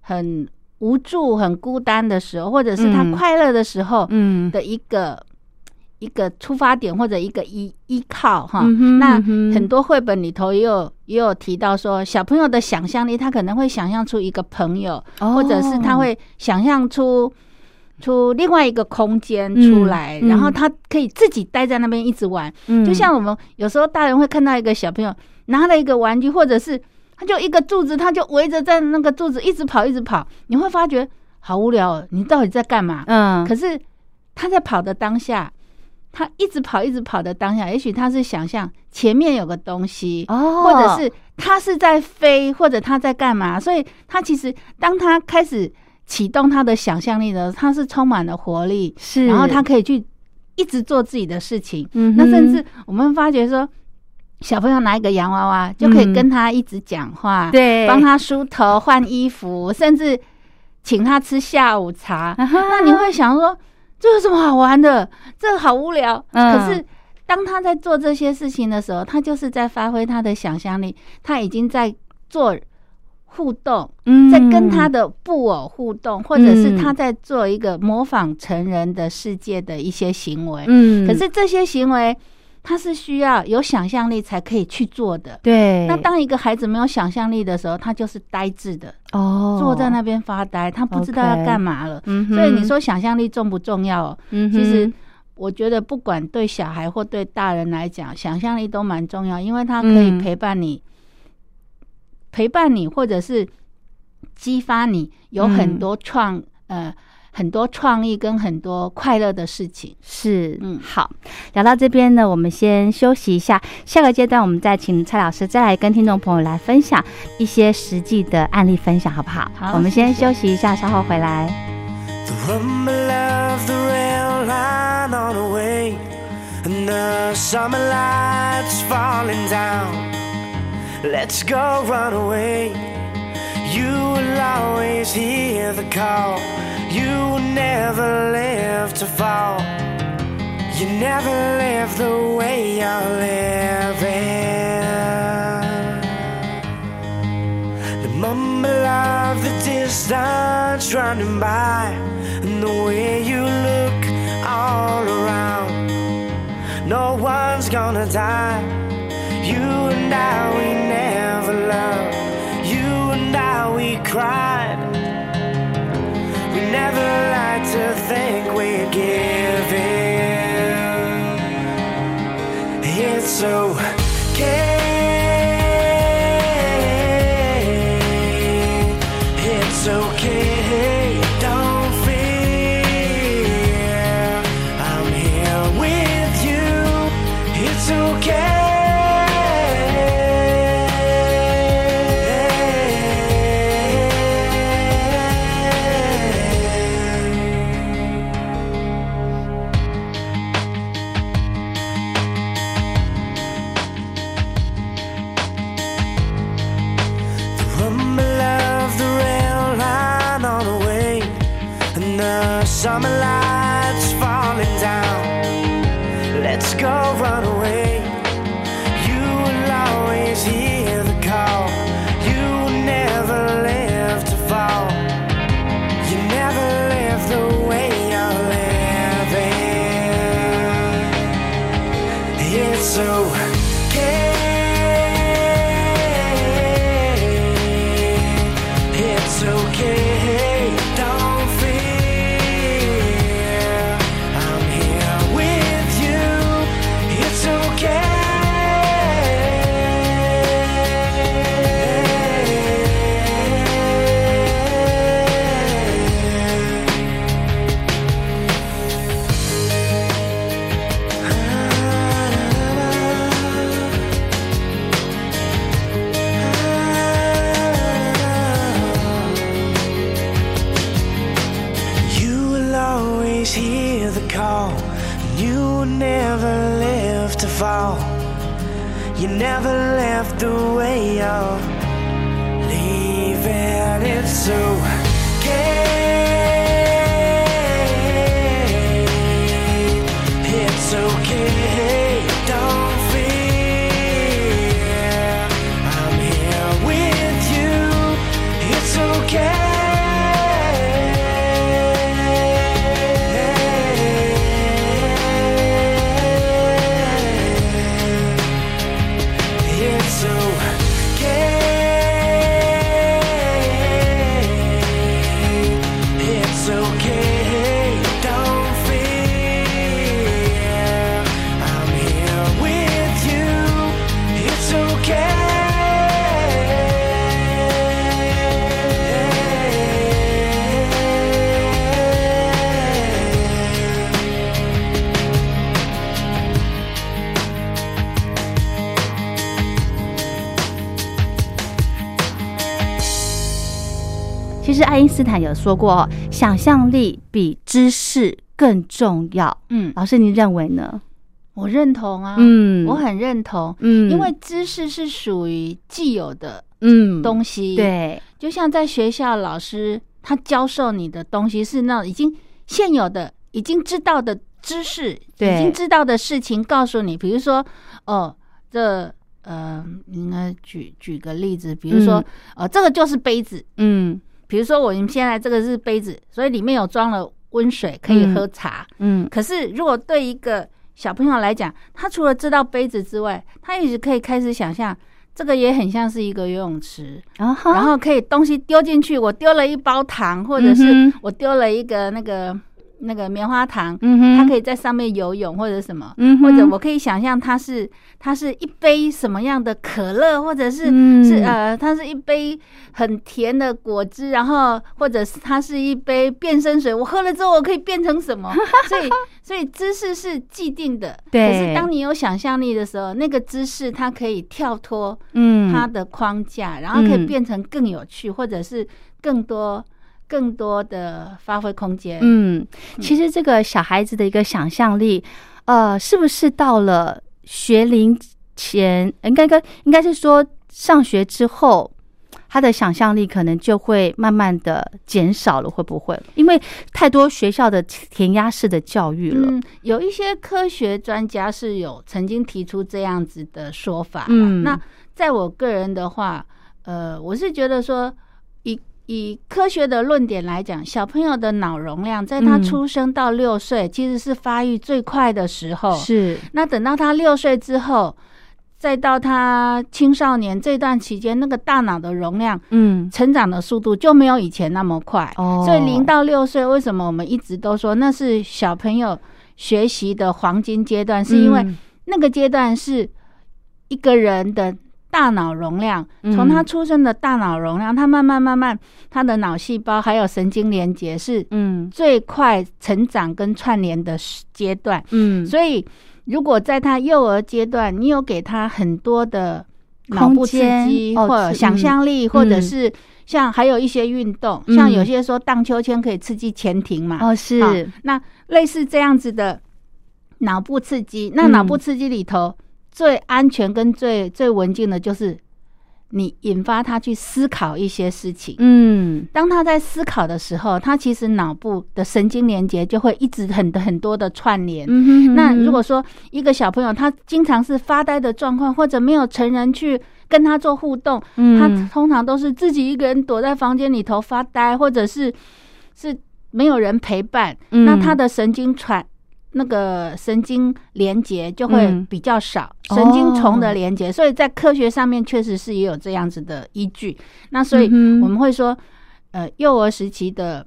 Speaker 4: 很无助、很孤单的时候，或者是他
Speaker 3: 嗯
Speaker 4: 快乐的时候，
Speaker 3: 嗯
Speaker 4: 的一个一个出发点或者一个依依靠哈。
Speaker 3: 嗯哼
Speaker 4: 那
Speaker 3: 嗯哼
Speaker 4: 很多绘本里头也有也有提到说，小朋友的想象力，他可能会想象出一个朋友，
Speaker 3: 哦
Speaker 4: 或者是他会想象出。出另外一个空间
Speaker 3: 嗯
Speaker 4: 出来，
Speaker 3: 嗯
Speaker 4: 然后他可以自己待在那边一直玩，
Speaker 3: 嗯
Speaker 4: 就像我们有时候大人会看到一个小朋友拿了一个玩具，或者是他就一个柱子，他就围着在那个柱子一直跑，一直跑，你会发觉好无聊、哦，你到底在干嘛？
Speaker 3: 嗯
Speaker 4: 可是他在跑的当下，他一直跑一直跑的当下，也许他是想象前面有个东西，
Speaker 3: 哦
Speaker 4: 或者是他是在飞，或者他在干嘛？所以他其实当他开始启动他的想象力的时候，他是充满了活力，
Speaker 3: 是，
Speaker 4: 然后他可以去一直做自己的事情。
Speaker 3: 嗯哼
Speaker 4: 那甚至我们发觉说。小朋友拿一个洋娃娃，就可以
Speaker 3: 嗯
Speaker 4: 跟他一直讲话，
Speaker 3: 对
Speaker 4: 帮他梳头、换衣服，甚至请他吃下午茶。
Speaker 3: 啊哈
Speaker 4: 那你会想说，这有什么好玩的？这好无聊。
Speaker 3: 嗯
Speaker 4: 可是当他在做这些事情的时候，他就是在发挥他的想象力，他已经在做互动，
Speaker 3: 嗯
Speaker 4: 在跟他的布偶互动，或者是
Speaker 3: 嗯
Speaker 4: 他在做一个模仿成人的世界的一些行为。
Speaker 3: 嗯，
Speaker 4: 可是这些行为，他是需要有想象力才可以去做的。
Speaker 3: 对，
Speaker 4: 那当一个孩子没有想象力的时候，他就是呆滞的，
Speaker 3: 哦
Speaker 4: 坐在那边发呆，他不知道要
Speaker 3: OK
Speaker 4: 干嘛了。
Speaker 3: 嗯哼
Speaker 4: 所以你说想象力重不重要、哦？
Speaker 3: 嗯哼
Speaker 4: 其实我觉得，不管对小孩或对大人来讲，想象力都蛮重要，因为它可以
Speaker 3: 嗯
Speaker 4: 陪伴你，陪伴你，或者是激发你有
Speaker 3: 嗯
Speaker 4: 很多创、呃很多创意跟很多快乐的事情。
Speaker 3: 是，嗯
Speaker 4: 嗯，
Speaker 3: 好，聊到这边呢，我们先休息一下，下个阶段我们再请蔡老师再来跟听众朋友来分享一些实际的案例分享，好不好？
Speaker 4: 好
Speaker 3: 我们先
Speaker 4: 谢谢
Speaker 3: 休息一下，稍后回来。
Speaker 5: The rumble of the rail line on the way, and the summer lights falling down. Let's go run away. You will always hear the call. You will never live to fall. You never live the way you're living. The mumble of the distance running by, and the way you look all around. No one's gonna die. You and I, we never loved. You and I, we cried. We never like to think we're giving.
Speaker 6: summer lights falling down. Let's go run away. You will always hear the call. You will never live to fall. You never live the way you're living. It's okay. It's okay. Don't fear. I'm here with you. It's okay. You will always hear the call. You will never live to fall. You never left the way you're leaving. It's okay. It's okay. Don't fear. I'm here with you. It's okay. It's okay. It's okay. Don't fear. I'm here with you. It's okay.
Speaker 3: 其实爱因斯坦有说过哦，想象力比知识更重要。
Speaker 4: 嗯，
Speaker 3: 老师，您认为呢？
Speaker 4: 我认同啊，
Speaker 3: 啊嗯
Speaker 4: 我很认同，
Speaker 3: 嗯
Speaker 4: 因为知识是属于既有的
Speaker 3: 嗯
Speaker 4: 东西，，
Speaker 3: 对，
Speaker 4: 就像在学校老师他教授你的东西是那种已经现有的、已经知道的知识，
Speaker 3: 对
Speaker 4: 已经知道的事情告诉你，比如说哦，这呃，应该举举个例子，比如说、
Speaker 3: 嗯
Speaker 4: 呃，这个就是杯子，
Speaker 3: 嗯
Speaker 4: 比如说我们现在这个是杯子，所以里面有装了温水，可以
Speaker 3: 嗯
Speaker 4: 喝茶。
Speaker 3: 嗯
Speaker 4: 可是如果对一个小朋友来讲，他除了知道杯子之外，他也许可以开始想象，这个也很像是一个游泳池，
Speaker 3: 啊哈，
Speaker 4: 然后可以东西丢进去，我丢了一包糖，或者是
Speaker 3: 嗯哼
Speaker 4: 我丢了一个那个那个棉花糖，
Speaker 3: 嗯哼，
Speaker 4: 它可以在上面游泳或者什么。
Speaker 3: 嗯哼，
Speaker 4: 或者我可以想象它是它是一杯什么样的可乐，或者是、
Speaker 3: 嗯
Speaker 4: 是呃，它是一杯很甜的果汁，然后或者是它是一杯变身水，我喝了之后我可以变成什么？ 所以所以知识是既定的，
Speaker 3: 对
Speaker 4: 可是当你有想象力的时候，那个知识它可以跳脱
Speaker 3: 嗯
Speaker 4: 它的框架，然后可以
Speaker 3: 嗯
Speaker 4: 变成更有趣，或者是更多更多的发挥空间。
Speaker 3: 嗯，其实这个小孩子的一个想象力，呃，是不是到了学龄前，应该该应该是说上学之后，他的想象力可能就会慢慢的减少了，会不会？因为太多学校的填鸭式的教育了。
Speaker 4: 嗯，有一些科学专家是有曾经提出这样子的说法啦。
Speaker 3: 嗯
Speaker 4: 那在我个人的话，呃，我是觉得说，以以科学的论点来讲，小朋友的脑容量在他
Speaker 3: 嗯
Speaker 4: 出生到六岁、其实是发育最快的时候。
Speaker 3: 是，
Speaker 4: 那等到他六岁之后，再到他青少年这段期间，那个大脑的容量
Speaker 3: 嗯，
Speaker 4: 成长的速度就没有以前那么快。
Speaker 3: 哦
Speaker 4: 所以零到六岁，为什么我们一直都说那是小朋友学习的黄金阶段？是因为
Speaker 3: 嗯
Speaker 4: 那个阶段是一个人的大脑容量，
Speaker 3: 嗯
Speaker 4: 从他出生的大脑容量，他慢慢慢慢，他的脑细胞还有神经连接是
Speaker 3: 嗯
Speaker 4: 最快成长跟串联的时阶段。
Speaker 3: 嗯，
Speaker 4: 所以，如果在他幼儿阶段，你有给他很多的脑部刺激，
Speaker 3: 空间哦
Speaker 4: 或者
Speaker 3: 刺
Speaker 4: 想象力，或者
Speaker 3: 嗯
Speaker 4: 是像还有一些运动，
Speaker 3: 嗯
Speaker 4: 像有些说荡秋千可以刺激前庭嘛，
Speaker 3: 哦是，
Speaker 4: 啊那类似这样子的脑部刺激，那
Speaker 3: 嗯
Speaker 4: 脑部刺激里头最安全跟最最文静的就是你引发他去思考一些事情。
Speaker 3: 嗯，
Speaker 4: 当他在思考的时候，他其实脑部的神经连接就会一直很很多的串联。
Speaker 3: 嗯哼哼
Speaker 4: 那如果说一个小朋友他经常是发呆的状况，或者没有成人去跟他做互动，
Speaker 3: 嗯
Speaker 4: 他通常都是自己一个人躲在房间里头发呆，或者是是没有人陪伴，
Speaker 3: 嗯
Speaker 4: 那他的神经传。那个神经连接就会
Speaker 3: 嗯
Speaker 4: 比较少，
Speaker 3: 哦
Speaker 4: 神经丛的连接，所以在科学上面确实是也有这样子的依据。那所以
Speaker 3: 嗯哼
Speaker 4: 我们会说，呃，幼儿时期的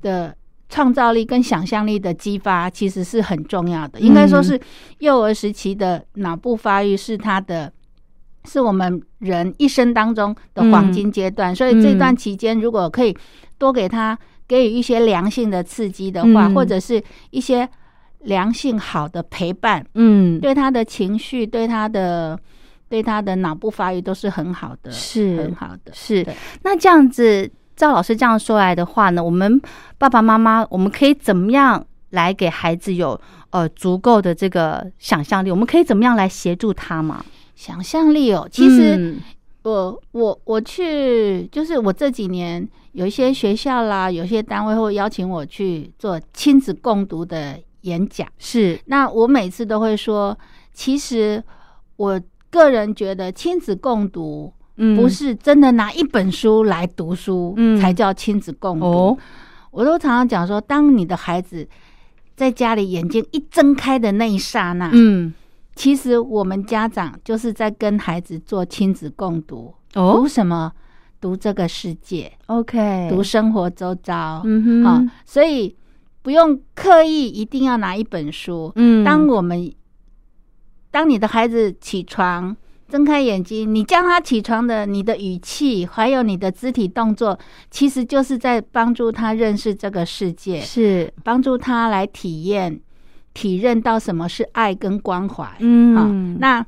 Speaker 4: 的创造力跟想象力的激发其实是很重要
Speaker 3: 嗯
Speaker 4: 的，应该说是幼儿时期的脑部发育是他的。是我们人一生当中的黄金阶
Speaker 3: 嗯
Speaker 4: 段，所以这段期间如果可以多给他给予一些良性的刺激的话，
Speaker 3: 嗯
Speaker 4: 或者是一些良性好的陪伴，
Speaker 3: 嗯，
Speaker 4: 对他的情绪、对他的、对他的脑部发育都是很好的，
Speaker 3: 是
Speaker 4: 很好的。
Speaker 3: 是
Speaker 4: 对。
Speaker 3: 那这样子，照老师这样说来的话呢，我们爸爸妈妈，我们可以怎么样来给孩子有呃足够的这个想象力？我们可以怎么样来协助他嘛？
Speaker 4: 想象力哦，其实、
Speaker 3: 嗯
Speaker 4: 我我我去，就是我这几年有一些学校啦，有些单位会邀请我去做亲子共读的演讲。
Speaker 3: 是
Speaker 4: 那我每次都会说，其实我个人觉得亲子共读
Speaker 3: 嗯
Speaker 4: 不是真的拿一本书来读书，
Speaker 3: 嗯
Speaker 4: 才叫亲子共读。
Speaker 3: 哦，
Speaker 4: 我都常常讲说，当你的孩子在家里眼睛一睁开的那一刹那，
Speaker 3: 嗯
Speaker 4: 其实我们家长就是在跟孩子做亲子共读。
Speaker 3: 哦
Speaker 4: 读什么？读这个世界，
Speaker 3: ，OK，
Speaker 4: 读生活周遭。
Speaker 3: 嗯哼
Speaker 4: 好、所以不用刻意一定要拿一本书。
Speaker 3: 嗯
Speaker 4: 当我们当你的孩子起床。睁开眼睛，你叫他起床的，你的语气还有你的肢体动作，其实就是在帮助他认识这个世界，
Speaker 3: 是
Speaker 4: 帮助他来体验、体认到什么是爱跟关怀。
Speaker 3: 嗯
Speaker 4: 好，啊那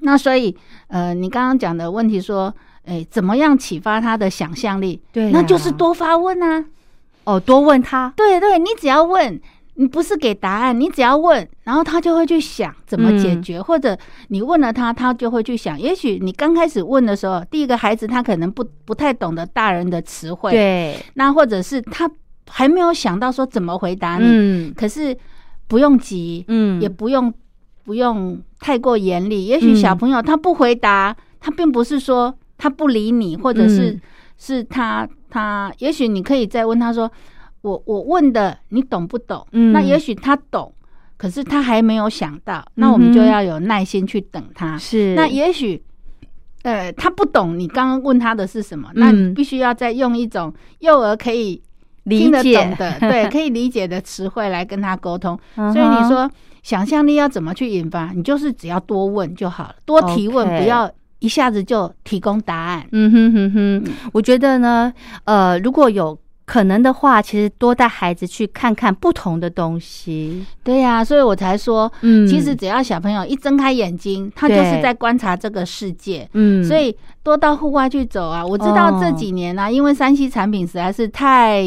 Speaker 4: 那所以呃，你刚刚讲的问题说，哎，怎么样启发他的想象力？
Speaker 3: 对啊
Speaker 4: 那
Speaker 3: 呀
Speaker 4: 就是多发问啊。
Speaker 3: 哦，多问他
Speaker 4: 对对，你只要问，你不是给答案，你只要问，然后他就会去想怎么解决，或者你问了他，他就会去想。也许你刚开始问的时候，第一个孩子他可能不不太懂得大人的词汇，，
Speaker 3: 对，
Speaker 4: 那或者是他还没有想到说怎么回答你，
Speaker 3: 嗯
Speaker 4: 可是不用急，
Speaker 3: 嗯
Speaker 4: 也不用不用太过严厉。也许
Speaker 3: 嗯
Speaker 4: 小朋友他不回答，他并不是说他不理你，或者是、
Speaker 3: 嗯
Speaker 4: 是他他，也许你可以再问他说：“我我问的你懂不懂？”
Speaker 3: 嗯
Speaker 4: 那也许他懂，可是他还没有想到，那
Speaker 3: 嗯哼
Speaker 4: 我们就要有耐心去等他。
Speaker 3: 是
Speaker 4: 那也许。呃，他不懂你刚刚问他的是什么，那
Speaker 3: 嗯
Speaker 4: 你必须要再用一种幼儿可以
Speaker 3: 理
Speaker 4: 听得懂
Speaker 3: 解
Speaker 4: 的，对， 可以理解的词汇来跟他沟通。
Speaker 3: 嗯哼
Speaker 4: 所以你说想象力要怎么去引发？你就是只要多问就好了，多提问
Speaker 3: OK
Speaker 4: 不要一下子就提供答案。
Speaker 3: 嗯哼哼哼，我觉得呢，呃，如果有可能的话，其实多带孩子去看看不同的东西。
Speaker 4: 对呀、所以我才说，
Speaker 3: 嗯
Speaker 4: 其实只要小朋友一睁开眼睛，他就
Speaker 3: 对
Speaker 4: 是在观察这个世界。
Speaker 3: 嗯
Speaker 4: 所以多到户外去走啊！我知
Speaker 3: 哦
Speaker 4: 道这几年啊，因为山西产品实在是太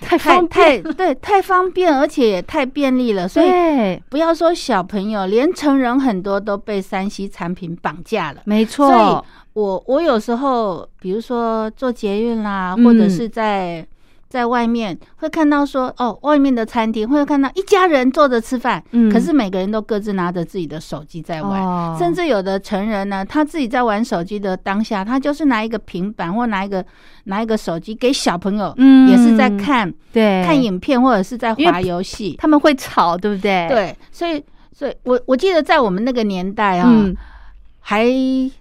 Speaker 3: 太
Speaker 4: 太
Speaker 3: 方
Speaker 4: 太
Speaker 3: 便，
Speaker 4: 对太方便，而且也太便利了，所以
Speaker 3: 对，
Speaker 4: 不要说小朋友，连成人很多都被山西产品绑架了。
Speaker 3: 没
Speaker 4: 所以
Speaker 3: 错，
Speaker 4: 我我有时候，比如说做捷运啦，
Speaker 3: 嗯
Speaker 4: 或者是在在外面会看到说，哦，外面的餐厅会看到一家人坐着吃饭，
Speaker 3: 嗯
Speaker 4: 可是每个人都各自拿着自己的手机在玩，
Speaker 3: 哦
Speaker 4: 甚至有的成人呢，他自己在玩手机的当下，他就是拿一个平板或拿一个拿一个手机给小朋友，
Speaker 3: 嗯
Speaker 4: 也是在看
Speaker 3: 对，
Speaker 4: 看影片或者是在
Speaker 3: 哎因为
Speaker 4: 滑游戏，
Speaker 3: 他们哎会吵，对不对？，
Speaker 4: 对，所以所以我我记得在我们那个年代啊、
Speaker 3: 嗯
Speaker 4: 还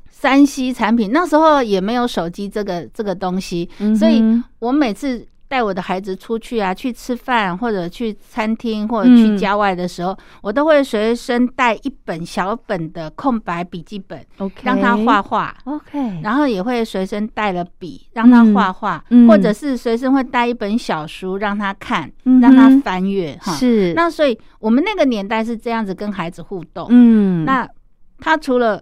Speaker 4: 山西产品，那时候也没有手机这个这个东西，
Speaker 3: 嗯哼
Speaker 4: 所以我每次带我的孩子出去啊，去吃饭或者去餐厅或者
Speaker 3: 嗯
Speaker 4: 去郊外的时候，我都会随身带一本小本的空白笔记本，
Speaker 3: ，OK，
Speaker 4: 让他画画。
Speaker 3: ，OK，
Speaker 4: 然后也会随身带了笔，让他画画，
Speaker 3: 嗯
Speaker 4: 或者是随身会带一本小书让他看，
Speaker 3: 嗯哼
Speaker 4: 让他翻阅哈。
Speaker 3: 是
Speaker 4: 那所以我们那个年代是这样子跟孩子互动，
Speaker 3: 嗯
Speaker 4: 那他除了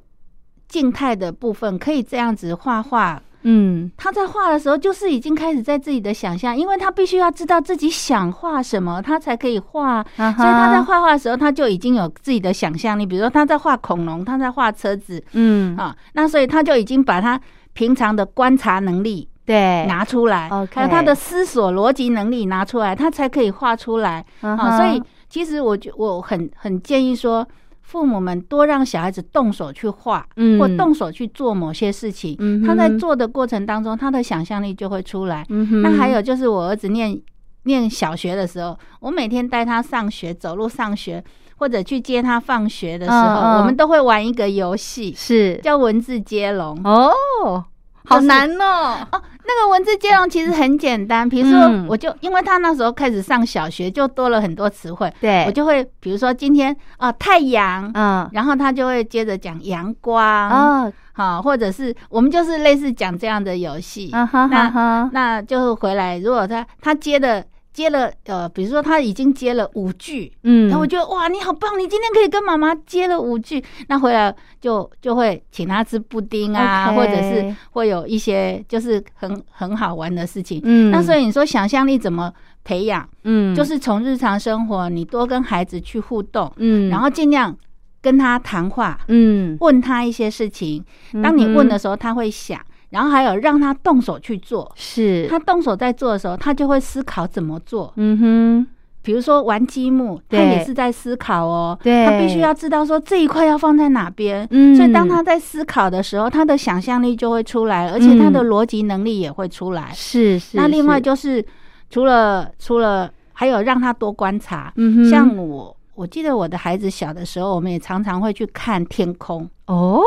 Speaker 4: 静态的部分可以这样子画画，
Speaker 3: 嗯，
Speaker 4: 他在画的时候，就是已经开始在自己的想象，因为他必须要知道自己想画什么，他才可以画。
Speaker 3: 啊哈
Speaker 4: 所以他在画画的时候，他就已经有自己的想象力。比如说他在画恐龙，他在画车子
Speaker 3: 嗯，
Speaker 4: 啊，那所以他就已经把他平常的观察能力
Speaker 3: 对，
Speaker 4: 拿出来，
Speaker 3: 哎 OK
Speaker 4: 还有他的思索逻辑能力拿出来，他才可以画出来。
Speaker 3: 啊
Speaker 4: 啊，
Speaker 3: 哈
Speaker 4: 所以其实我觉我很很建议说，父母们多让小孩子动手去画，
Speaker 3: 嗯
Speaker 4: 或动手去做某些事情。
Speaker 3: 嗯哼
Speaker 4: 他在做的过程当中，他的想象力就会出来。
Speaker 3: 嗯哼
Speaker 4: 那还有就是，我儿子念念小学的时候，我每天带他上学，走路上学，或者去接他放学的时候，
Speaker 3: 嗯嗯
Speaker 4: 我们都会玩一个游戏，
Speaker 3: 是
Speaker 4: 叫文字接龙。
Speaker 3: 哦，好难哦，
Speaker 4: 哦，那个文字接龙其实很简单，比如说
Speaker 3: 嗯，
Speaker 4: 我就、因为他那时候开始上小学，就多了很多词汇，
Speaker 3: 对
Speaker 4: 我就会比如说今天啊、太阳，
Speaker 3: 嗯
Speaker 4: 然后他就会接着讲阳光，好、
Speaker 3: 啊
Speaker 4: 或者是我们就是类似讲这样的游戏，
Speaker 3: 啊哈哈
Speaker 4: 那
Speaker 3: 哈，
Speaker 4: 那就回来，如果他他接的接了呃，比如说他已经接了五句，
Speaker 3: 嗯
Speaker 4: 然后我觉得哇，你好棒！你今天可以跟妈妈接了五句，那回来就就会请他吃布丁啊
Speaker 3: OK
Speaker 4: 或者是会有一些就是很很好玩的事情。
Speaker 3: 嗯
Speaker 4: 那所以你说想象力怎么培养？
Speaker 3: 嗯
Speaker 4: 就是从日常生活，你多跟孩子去互动，
Speaker 3: 嗯，
Speaker 4: 然后尽量跟他谈话，
Speaker 3: 嗯，
Speaker 4: 问他一些事情。当你问的时候，他会想，然后还有让他动手去做。
Speaker 3: 是
Speaker 4: 他动手在做的时候，他就会思考怎么做。
Speaker 3: 嗯哼，
Speaker 4: 比如说玩积木，他
Speaker 3: 对
Speaker 4: 也是在思考哦，
Speaker 3: 对
Speaker 4: 他必须要知道说这一块要放在哪边。
Speaker 3: 嗯
Speaker 4: 所以当他在思考的时候，他的想象力就会出来，而且他的逻辑能力也会出来。
Speaker 3: 嗯是是，
Speaker 4: 那另外
Speaker 3: 是
Speaker 4: 就是除了除了还有让他多观察，
Speaker 3: 嗯哼
Speaker 4: 像我我记得我的孩子小的时候，我们也常常会去看天空，
Speaker 3: 哦，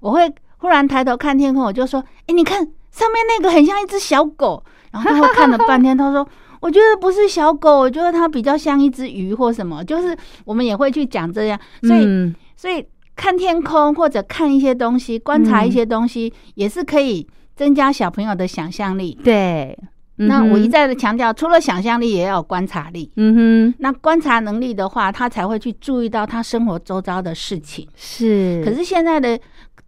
Speaker 4: 我会忽然抬头看天空，我就说：“哎、你看上面那个很像一只小 狗。”然后他会看了半天，他说：“我觉得不是小狗，我觉得它比较像一只鱼或什么。”就是我们也会去讲这样，所以、
Speaker 3: 嗯
Speaker 4: 所以看天空或者看一些东西，观察一些
Speaker 3: 嗯
Speaker 4: 东西，也是可以增加小朋友的想象力。
Speaker 3: 对，
Speaker 4: 那
Speaker 3: 嗯
Speaker 4: 我
Speaker 3: 哼
Speaker 4: 一再的强调，除了想象力，也要有观察力。
Speaker 3: 嗯哼
Speaker 4: 那观察能力的话，他才会去注意到他生活周遭的事情。
Speaker 3: 是，
Speaker 4: 可是现在的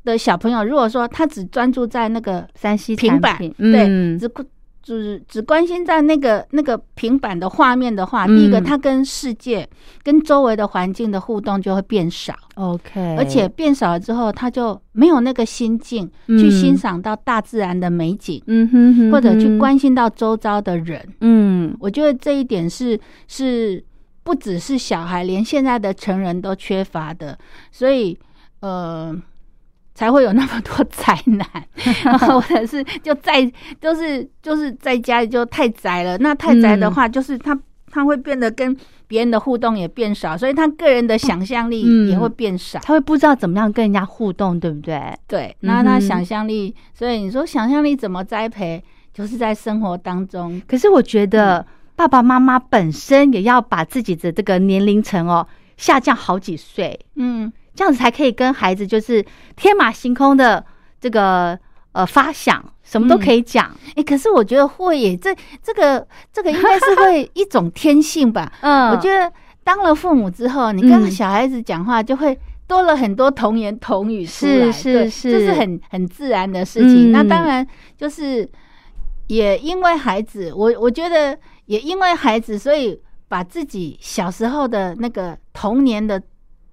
Speaker 4: 的小朋友，如果说他只专注在那个
Speaker 3: 山西
Speaker 4: 平板，对，
Speaker 3: 嗯
Speaker 4: 只顾只只关心在那个那个平板的画面的话，
Speaker 3: 嗯
Speaker 4: 第一个他跟世界、跟周围的环境的互动就会变少，
Speaker 3: ，OK，
Speaker 4: 而且变少了之后，他就没有那个心境
Speaker 3: 嗯
Speaker 4: 去欣赏到大自然的美景，
Speaker 3: 嗯哼哼，
Speaker 4: 或者去
Speaker 3: 哼，
Speaker 4: 关心到周遭的人。
Speaker 3: 嗯
Speaker 4: 我觉得这一点是是不只是小孩，连现在的成人都缺乏的，所以呃才会有那么多宅 男，或者是就在就是就是在家里就太宅了。那太宅的话，
Speaker 3: 嗯
Speaker 4: 就是他、他会变得跟别人的互动也变少，所以他个人的想象
Speaker 3: 嗯
Speaker 4: 力也会变少。
Speaker 3: 他会不知道怎么样跟人家互动，对不对？
Speaker 4: 对，
Speaker 3: 嗯
Speaker 4: 那他
Speaker 3: 哼
Speaker 4: 想象力，所以你说想象力怎么栽培，就是在生活当中
Speaker 3: 可是我觉
Speaker 4: 嗯
Speaker 3: 得爸爸妈妈本身也要把自己的这个年龄层哦下降好几岁，
Speaker 4: 嗯。
Speaker 3: 这样子才可以跟孩子就是天马行空的这个呃发想，什么都可以讲。
Speaker 4: 哎、可是我觉得会耶，这这个这个应该是会一种天性吧。
Speaker 3: 嗯
Speaker 4: 我觉得当了父母之后，你
Speaker 3: 嗯
Speaker 4: 跟小孩子讲话就会多了很多童言童语出来，
Speaker 3: 是
Speaker 4: 对
Speaker 3: 是
Speaker 4: 这
Speaker 3: 是
Speaker 4: 是很很自然的事情。
Speaker 3: 嗯
Speaker 4: 那当然就是也因为孩子，我我觉得也因为孩子，所以把自己小时候的那个童年的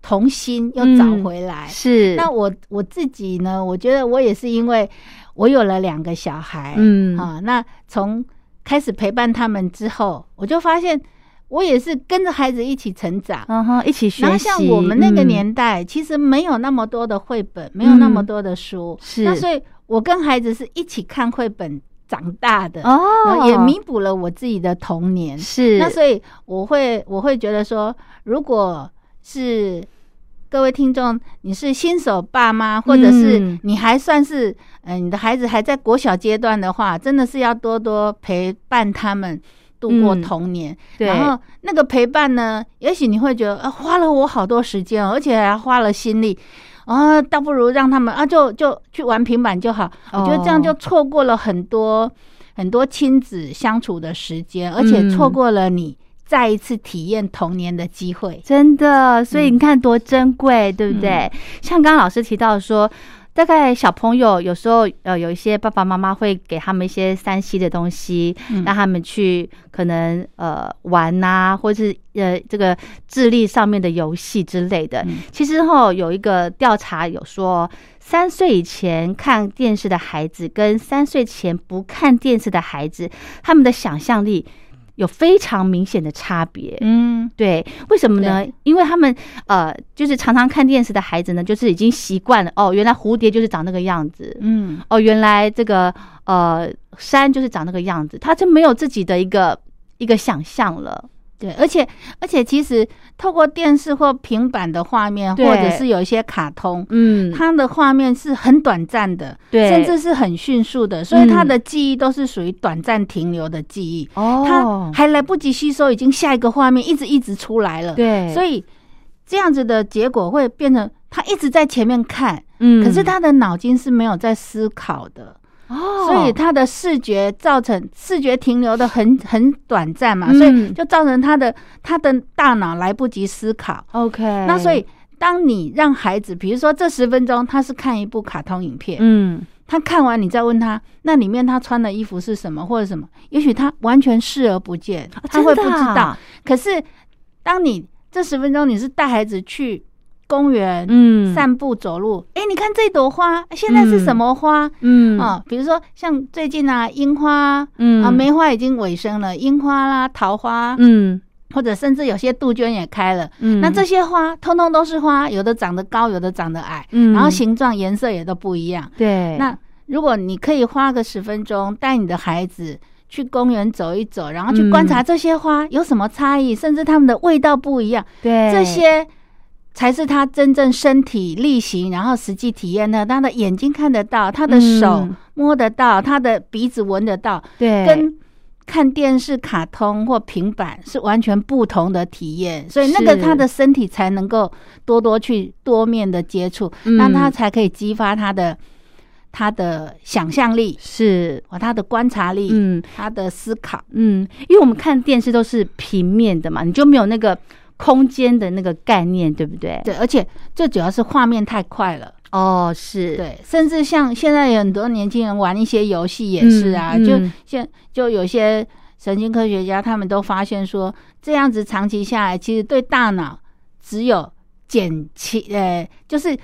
Speaker 4: 童心又找
Speaker 3: 嗯
Speaker 4: 回来。
Speaker 3: 是，
Speaker 4: 那我我自己呢，我觉得我也是因为我有了两个小孩，
Speaker 3: 嗯
Speaker 4: 啊，那从开始陪伴他们之后，我就发现我也是跟着孩子一起成长。
Speaker 3: 嗯哼，一起学习。
Speaker 4: 然后像我们那个
Speaker 3: 嗯
Speaker 4: 年代，其实没有那么多的绘本，没有那么多的书，
Speaker 3: 是
Speaker 4: 那所以我跟孩子是一起看绘本长大的，然
Speaker 3: 哦，
Speaker 4: 后也弥补了我自己的童年。
Speaker 3: 是
Speaker 4: 那所以我会我会觉得说，如果是各位听众，你是新手爸妈，或者是
Speaker 3: 嗯
Speaker 4: 你还算是嗯、呃你的孩子还在国小阶段的话，真的是要多多陪伴他们。度过
Speaker 3: 嗯
Speaker 4: 童年，
Speaker 3: 对
Speaker 4: 然后那个陪伴呢，也许你会觉得啊，花了我好多时间、哦，而且还花了心力，啊，倒不如让他们啊，就就去玩平板就好。我觉得这样就
Speaker 3: 哦
Speaker 4: 错过了很多很多亲子相处的时间，而且
Speaker 3: 嗯
Speaker 4: 错过了你再一次体验童年的机会。
Speaker 3: 真的，所以你看多珍贵，对不对？像刚刚老师提到说。大概小朋友有时候呃有一些爸爸妈妈会给他们一些三 C 的东西，让他们去可能呃玩呐、或是呃这个智力上面的游戏之类的。其实哈、有一个调查有说，三岁以前看电视的孩子跟三岁前不看电视的孩子，他们的想象力有非常明显的差别。
Speaker 4: 嗯，
Speaker 3: 对，为什么呢？因为他们呃，就是常常看电视的孩子呢，就是已经习惯了哦，原来蝴蝶就是长那个样子，
Speaker 4: 嗯，
Speaker 3: 哦，原来这个呃山就是长那个样子，他就没有自己的一个一个想象了。
Speaker 4: 对，而且而且，其实透过电视或平板的画面，
Speaker 3: 对
Speaker 4: 或者是有一些卡通，
Speaker 3: 嗯
Speaker 4: 它的画面是很短暂的，
Speaker 3: 对嗯
Speaker 4: 甚至是很迅速的，所以他的记忆都是属于短暂停留的记忆，他
Speaker 3: 哦，
Speaker 4: 还来不及吸收，已经下一个画面一直一直出来了，，
Speaker 3: 对，
Speaker 4: 所
Speaker 3: 以
Speaker 4: 以这样子的结果会变成他一直在前面看，
Speaker 3: 嗯
Speaker 4: 可是他的脑筋是没有在思考的，
Speaker 3: 哦，
Speaker 4: 所以他的视觉造成视觉停留的很很短暂嘛，
Speaker 3: 嗯
Speaker 4: 所以就造成他的他的大脑来不及思考。
Speaker 3: OK，
Speaker 4: 那所以，当你让孩子，比如说这十分钟他是看一部卡通影片，
Speaker 3: 嗯，
Speaker 4: 他看完你再问他，那里面他穿的衣服是什么或者什么，也许他完全视而不见，他会不知
Speaker 3: 真的
Speaker 4: 道。
Speaker 3: 啊
Speaker 4: 可是，当你这十分钟你是带孩子去公园，
Speaker 3: 嗯
Speaker 4: 散步走路，哎、你看这朵花现在是什么花？
Speaker 3: 嗯
Speaker 4: 啊、比如说像最近啊，樱花，
Speaker 3: 嗯
Speaker 4: 啊，梅花已经尾声了，樱花啦，桃花，
Speaker 3: 嗯
Speaker 4: 或者甚至有些杜鹃也开了。
Speaker 3: 嗯
Speaker 4: 那这些花通通都是花，有的长得高，有的长得矮，
Speaker 3: 嗯
Speaker 4: 然后形状、颜色也都不一样。
Speaker 3: 对，
Speaker 4: 那如果你可以花个十分钟，带你的孩子去公园走一走，然后去观
Speaker 3: 嗯
Speaker 4: 察这些花有什么差异，甚至它们的味道不一样，
Speaker 3: 对
Speaker 4: 这些才是他真正身体力行，然后实际体验的。他的眼睛看得到，他的手
Speaker 3: 嗯
Speaker 4: 摸得到，他的鼻子闻得到，
Speaker 3: 对
Speaker 4: 跟看电视、卡通或平板是完全不同的体验。所以那
Speaker 3: 是
Speaker 4: 个他的身体才能够多多去多面的接触，那
Speaker 3: 嗯
Speaker 4: 他才可以激发他的他的想象力
Speaker 3: 是
Speaker 4: 和他的观察力，
Speaker 3: 嗯。
Speaker 4: 他的思考。
Speaker 3: 嗯，因为我们看电视都是平面的嘛，你就没有那个空间的那个概念，对不对？
Speaker 4: 对，而且最主要是画面太快了。
Speaker 3: 哦，是，，
Speaker 4: 对，甚至像现在有很多年轻人玩一些游戏也是啊，
Speaker 3: 嗯
Speaker 4: 就
Speaker 3: 嗯
Speaker 4: 现就有些神经科学家他们都发现说，这样子长期下来，其实对大脑只有减轻，呃，就是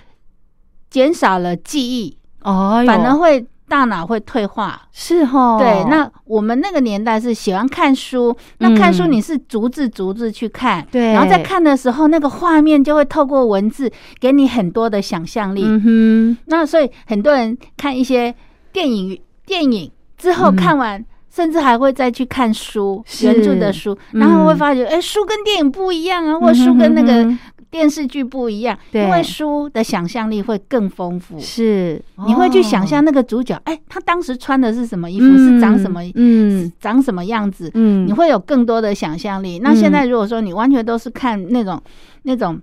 Speaker 4: 减少了记忆，
Speaker 3: 哦哟，
Speaker 4: 反而会大脑会退化。
Speaker 3: 是哈，
Speaker 4: 对，那我们那个年代是喜欢看书，那看书
Speaker 3: 嗯
Speaker 4: 你是逐字逐字去看，
Speaker 3: 对
Speaker 4: 然后在看的时候，那个画面就会透过文字给你很多的想象力，
Speaker 3: 嗯哼，
Speaker 4: 那所以很多人看一些电影，电影之后看完，甚至还会再去看书，
Speaker 3: 嗯是
Speaker 4: 原著的书，
Speaker 3: 嗯
Speaker 4: 然后会发觉，哎、书跟电影不一样啊，或者书跟那
Speaker 3: 嗯哼
Speaker 4: 个
Speaker 3: 哼
Speaker 4: 电视剧不一样，
Speaker 3: 对
Speaker 4: 因为书的想象力会更丰富。
Speaker 3: 是，
Speaker 4: 你会去想象
Speaker 3: 哦
Speaker 4: 那个主角，哎、他当时穿的是什么衣服，
Speaker 3: 嗯
Speaker 4: 是长什么，
Speaker 3: 嗯
Speaker 4: 长什么样子，
Speaker 3: 嗯，
Speaker 4: 你会有更多的想象力。那现在如果说你完全都是看那种、那种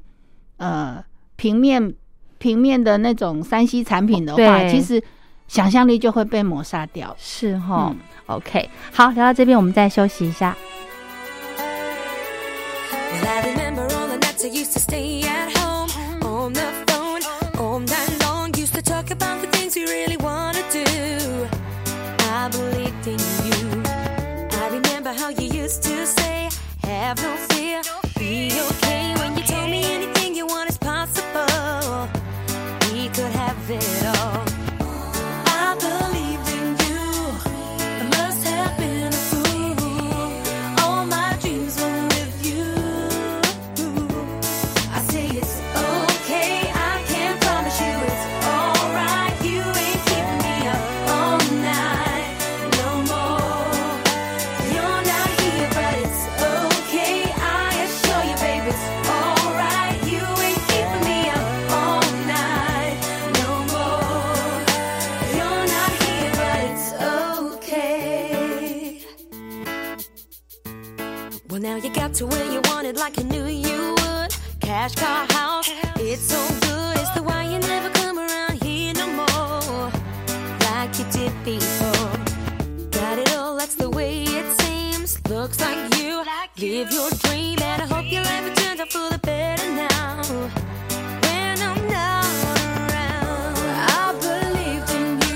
Speaker 4: 呃平面平面的那种三 C 产品的话，
Speaker 3: 哦对
Speaker 4: 其实想象力就会被抹杀掉。
Speaker 3: 是哈、
Speaker 4: 嗯
Speaker 3: o k 好，聊到这边我们再休息一下。
Speaker 7: Well, I remember all the nights I used to stay at home on the phone all night long. Used to talk about the things we really want to do. I believed in you. I remember how you used to say, Have no fear, be okay. When you told me anything you want is possible, we could have it all. I believed in you. I must have been a fool. All my dreams were with you. I say it's okay. I can't promise you it's alright. You ain't keeping me up all night no more. You're not here, but it's okay. I assure you, baby, it's alright. You ain't keeping me up all night no more. You're not here, but it's okay. Well, now you got to where you wanted, like you knew you would. Cash, car, house, it's so good. It's the why you never come around here no more, like you did before. Got it all, that's the way it seems. Looks like you live your dream, and I hope your life turns out for the better now. When I'm not around, I believe.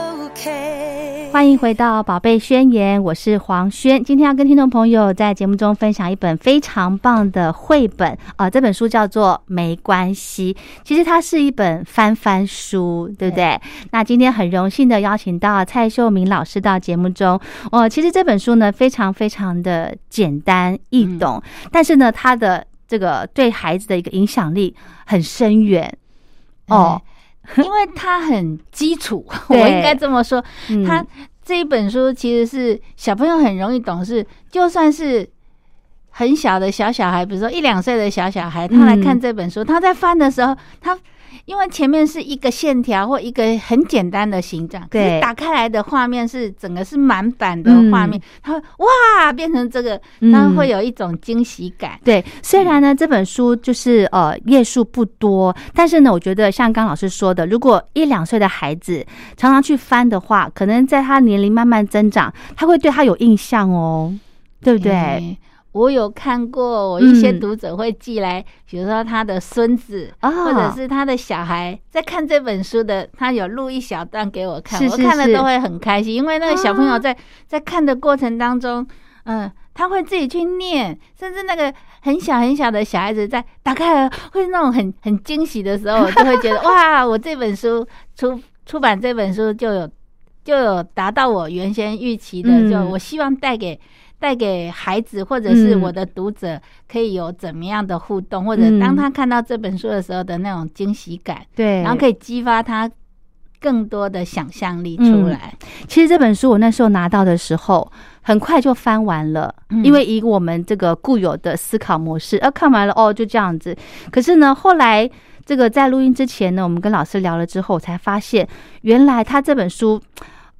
Speaker 7: okay.
Speaker 3: 欢迎回到《宝贝宣言》，我是黄轩。今天要跟听众朋友在节目中分享一本非常棒的绘本，呃，这本书叫做《没关系》，其实它是一本翻翻书，对不对？那今天很荣幸的邀请到蔡秀明老师到节目中，哦、其实这本书呢非常非常的简单易懂，但是呢，它的这个对孩子的一个影响力很深远。哦，
Speaker 4: 因为它很基 础，我
Speaker 3: 对
Speaker 4: 应该这么说。
Speaker 3: 嗯
Speaker 4: 它这一本书其实是小朋友很容易懂事，就算是很小的小小孩，比如说一两岁的小小孩，他来看这本书，他在翻的时候，他因为前面是一个线条或一个很简单的形状，可是
Speaker 3: 对
Speaker 4: 打开来的画面是整个是满版的画面，他会哇变成这个，
Speaker 3: 嗯
Speaker 4: 他会有一种惊喜感。
Speaker 3: 对，虽然呢这本书就是呃页数不多，但是呢，我觉得像刚老师说的，如果一两岁的孩子常常去翻的话，可能在他年龄慢慢增长，他会对他有印象哦，对不对？
Speaker 4: 欸我有看过，我一些
Speaker 3: 嗯
Speaker 4: 读者会寄来，比如说他的孙子、
Speaker 3: 啊
Speaker 4: 或者是他的小孩在看这本书的，他有录一小段给我看，
Speaker 3: 是是
Speaker 4: 我看了
Speaker 3: 是
Speaker 4: 都会很开心，因为那个小朋友在、在看的过程当中，嗯、他会自己去念，甚至那个很小很小的小孩子在打开了会那种很很惊喜的时候， 我就会觉得哇，我这本书出出版这本书就有就有达到我原先预期的，
Speaker 3: 嗯
Speaker 4: 就我希望带给带给孩子或者是
Speaker 3: 嗯
Speaker 4: 我的读者可以有怎么样的互动，或者当他看到这本书的时候的那种惊喜感，
Speaker 3: 对，
Speaker 4: 然后可以激发他更多的想象力出来。
Speaker 3: 其实这本书我那时候拿到的时候，很快就翻完了，
Speaker 4: 嗯
Speaker 3: 因为以我们这个固有的思考模式，呃，看完了哦，就这样子。可是呢，后来这个在录音之前呢，我们跟老师聊了之后，我才发现原来他这本书，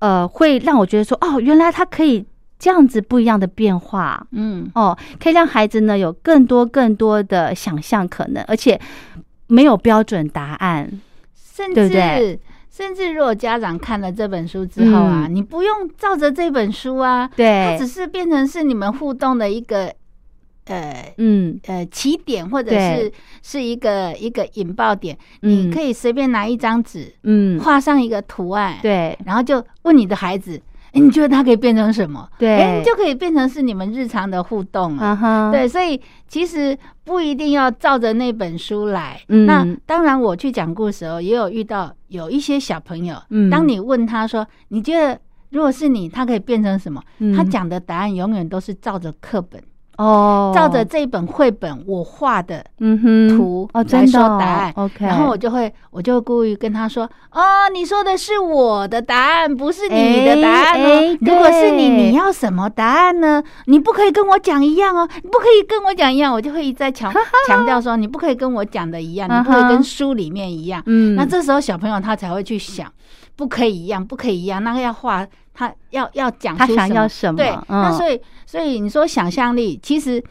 Speaker 3: 呃，会让我觉得说，哦，原来它可以这样子不一样的变化。
Speaker 4: 嗯，
Speaker 3: 哦，可以让孩子呢有更多更多的想象可能，而且没有标准答案。
Speaker 4: 甚至
Speaker 3: 对不对
Speaker 4: 甚至如果家长看了这本书之后啊，
Speaker 3: 嗯
Speaker 4: 你不用照着这本书啊，它
Speaker 3: 对
Speaker 4: 只，是变成是你们互动的一个呃
Speaker 3: 嗯，
Speaker 4: 呃起点，或者是
Speaker 3: 对
Speaker 4: 是一个一个引爆点，
Speaker 3: 嗯
Speaker 4: 你可以随便拿一张纸
Speaker 3: 嗯，
Speaker 4: 画上一个图案，，
Speaker 3: 对，
Speaker 4: 然后就问你的孩子，诶你觉得它可以变成什么？
Speaker 3: 对
Speaker 4: 诶哎你就可以变成是你们日常的互动了。
Speaker 3: 嗯哼，
Speaker 4: 对，所以其实不一定要照着那本书来。
Speaker 3: 嗯
Speaker 4: 那当然，我去讲故事的时候，也有遇到有一些小朋友，
Speaker 3: 嗯
Speaker 4: 当你问他说：“你觉得如果是你，他可以变成什么？”
Speaker 3: 嗯
Speaker 4: 他讲的答案永远都是照着课本。
Speaker 3: 哦，
Speaker 4: 照着这本绘本我画的
Speaker 3: 嗯哼
Speaker 4: 图
Speaker 3: 哦，
Speaker 4: 来
Speaker 3: 真的
Speaker 4: 说
Speaker 3: 哦
Speaker 4: 答案、
Speaker 3: OK，
Speaker 4: 然后我就会我就故意跟他说：“哦，你说的是我的答案，不是你的答案哦。
Speaker 3: 哎哎
Speaker 4: 如果是你，
Speaker 3: 对
Speaker 4: 你要什么答案呢？你不可以跟我讲一样哦，你不可以跟我讲一样。”我就会一再 强强调说：“你不可以跟我讲的一样，你不可
Speaker 3: 嗯
Speaker 4: 以
Speaker 3: 哼
Speaker 4: 跟书里面一样。”
Speaker 3: 嗯，
Speaker 4: 那这时候小朋友他才会去想，不可以一样，不可以一样，那个要画，他要要讲
Speaker 3: 他
Speaker 4: 出
Speaker 3: 想要什么
Speaker 4: 对，那
Speaker 3: 嗯
Speaker 4: 所以所以你说想象力，其实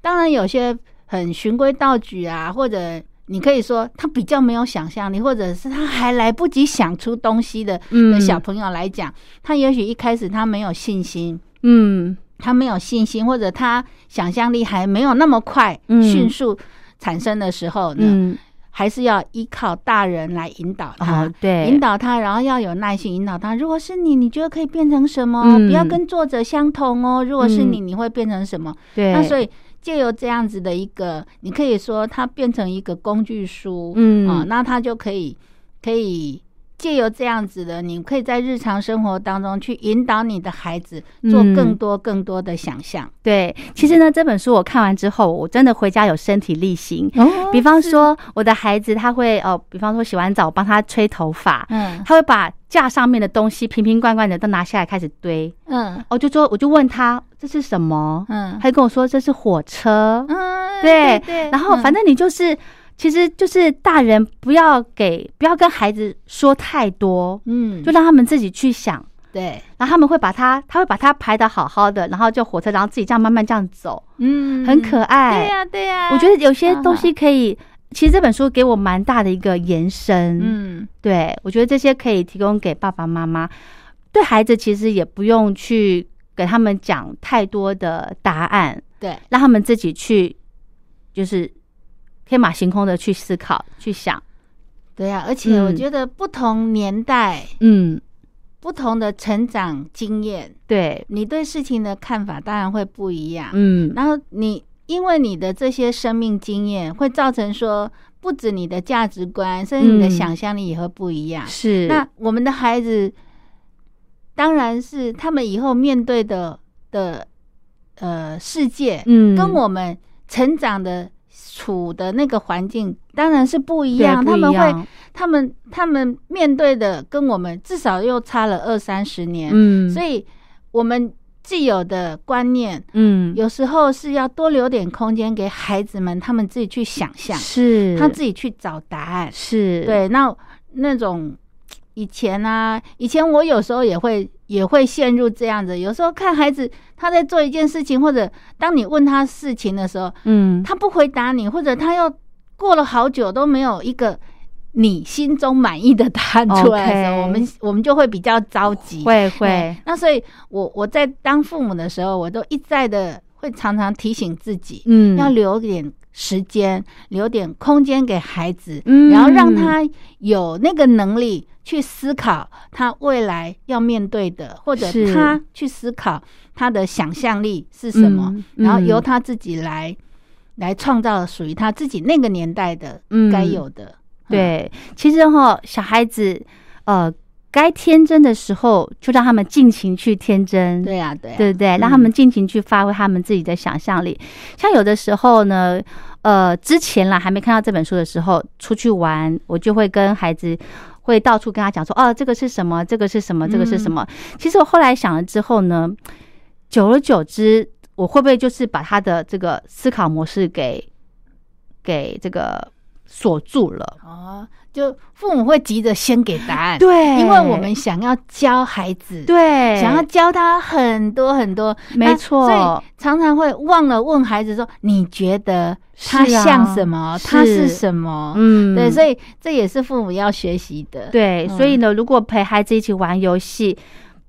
Speaker 4: 当然有些很循规蹈矩啊，或者你可以说他比较没有想象力，或者是他还来不及想出东西的
Speaker 3: 嗯
Speaker 4: 的小朋友来讲，他也许一开始他没有信心，
Speaker 3: 嗯
Speaker 4: 他没有信心，或者他想象力还没有那么快、
Speaker 3: 嗯
Speaker 4: 迅速产生的时候呢，
Speaker 3: 嗯
Speaker 4: 还是要依靠大人来引导他，
Speaker 3: 哦对
Speaker 4: 引导他，然后要有耐心引导他。如果是你，你觉得可以变成什么？
Speaker 3: 嗯
Speaker 4: 不要跟作者相同哦。如果是你，
Speaker 3: 嗯
Speaker 4: 你会变成什么？
Speaker 3: 对，
Speaker 4: 那所以借由这样子的一个，你可以说它变成一个工具书，
Speaker 3: 嗯
Speaker 4: 啊、那它就可以可以借由这样子的，你可以在日常生活当中去引导你的孩子做
Speaker 3: 嗯
Speaker 4: 更多更多的想象。
Speaker 3: 对，其实呢，这本书我看完之后，我真的回家有身体力行。
Speaker 4: 哦
Speaker 3: 比方说，我的孩子他会哦，比方说洗完澡，我帮他吹头发，
Speaker 4: 嗯
Speaker 3: 他会把架上面的东西瓶瓶罐罐的都拿下来开始堆。哦
Speaker 4: 嗯
Speaker 3: 我就说，我就问他这是什么，
Speaker 4: 嗯
Speaker 3: 他就跟我说这是火车，
Speaker 4: 嗯，
Speaker 3: 对
Speaker 4: 对，
Speaker 3: 然后
Speaker 4: 嗯
Speaker 3: 反正你就是，其实就是大人不要给不要跟孩子说太多，
Speaker 4: 嗯，
Speaker 3: 就让他们自己去想，
Speaker 4: 对，
Speaker 3: 然后他们会把它，他会把它排的好好的，然后就火车，然后自己这样慢慢这样走，
Speaker 4: 嗯，
Speaker 3: 很可爱。
Speaker 4: 对呀、对呀、
Speaker 3: 我觉得有些
Speaker 4: 嗯
Speaker 3: 东西可以，其实这本书给我蛮大的一个延伸。，
Speaker 4: 嗯，
Speaker 3: 对，我觉得这些可以提供给爸爸妈妈，对孩子其实也不用去给他们讲太多的答案，
Speaker 4: 对，
Speaker 3: 让他们自己去，就是天马行空的去思考、去想。
Speaker 4: 对呀、而且我
Speaker 3: 嗯
Speaker 4: 觉得不同年代
Speaker 3: 嗯，
Speaker 4: 不同的成长经验，
Speaker 3: 对，
Speaker 4: 你对事情的看法当然会不一样。
Speaker 3: 嗯，
Speaker 4: 然后你因为你的这些生命经验，会造成说，不止你的价值观，甚至你的
Speaker 3: 嗯
Speaker 4: 想象力也会不一样。
Speaker 3: 是
Speaker 4: 那我们的孩子，当然是他们以后面对的的呃世界，
Speaker 3: 嗯
Speaker 4: 跟我们成长的处的那个环境当然是不一
Speaker 3: 对
Speaker 4: 样。
Speaker 3: 不
Speaker 4: 他们
Speaker 3: 一样
Speaker 4: 会，他们他们面对的跟我们至少又差了二三十年，
Speaker 3: 嗯，
Speaker 4: 所
Speaker 3: 以
Speaker 4: 以我们既有的观念。
Speaker 3: 嗯，
Speaker 4: 有时候是要多留点空间给孩子们，他们自己去想象，
Speaker 3: 是
Speaker 4: 他自己去找答案。
Speaker 3: 是，
Speaker 4: 对，那那种以前啊，以前我有时候也会也会陷入这样子。有时候看孩子他在做一件事情，或者当你问他事情的时候，
Speaker 3: 嗯，
Speaker 4: 他不回答你，或者他又过了好久都没有一个你心中满意的答案出来的时候
Speaker 3: OK
Speaker 4: 我们我们就会比较着急。
Speaker 3: 会
Speaker 4: 对
Speaker 3: 会，
Speaker 4: 那所以我我在当父母的时候，我都一再的会常常提醒自己，
Speaker 3: 嗯，
Speaker 4: 要留点时间，留点空间给孩子，
Speaker 3: 嗯
Speaker 4: 然后让他有那个能力去思考他未来要面对的，或者
Speaker 3: 是
Speaker 4: 他去思考他的想象力是什么，
Speaker 3: 嗯
Speaker 4: 然后由
Speaker 3: 嗯
Speaker 4: 他自己来、来创造属于他自己那个年代的、
Speaker 3: 嗯
Speaker 4: 该有的。
Speaker 3: 对，其实哈，小孩子，呃，该天真的时候，就让他们尽情去天真，
Speaker 4: 嗯对呀、啊对呀、
Speaker 3: 对不对？让他们尽情去发挥他们自己的想象力。像有的时候呢，呃，之前啦还没看到这本书的时候，出去玩，我就会跟孩子。会到处跟他讲说，哦，这个是什么？这个是什么？这个是什么？其实我后来想了之后呢，久而久之，我会不会就是把他的这个思考模式给给这个锁住了？
Speaker 4: 哦，就父母会急着先给答案，
Speaker 3: 对
Speaker 4: 因为我们想要教孩子，
Speaker 3: 对，
Speaker 4: 想要教他很多很多，
Speaker 3: 哎没
Speaker 4: 那
Speaker 3: 错
Speaker 4: 所以常常会忘了问孩子说：“你觉得他
Speaker 3: 是啊
Speaker 4: 像什么？
Speaker 3: 是
Speaker 4: 他是什么？”
Speaker 3: 嗯
Speaker 4: 对，所以这也是父母要学习的。，
Speaker 3: 对，
Speaker 4: 嗯
Speaker 3: 所以呢，如果陪孩子一起玩游戏，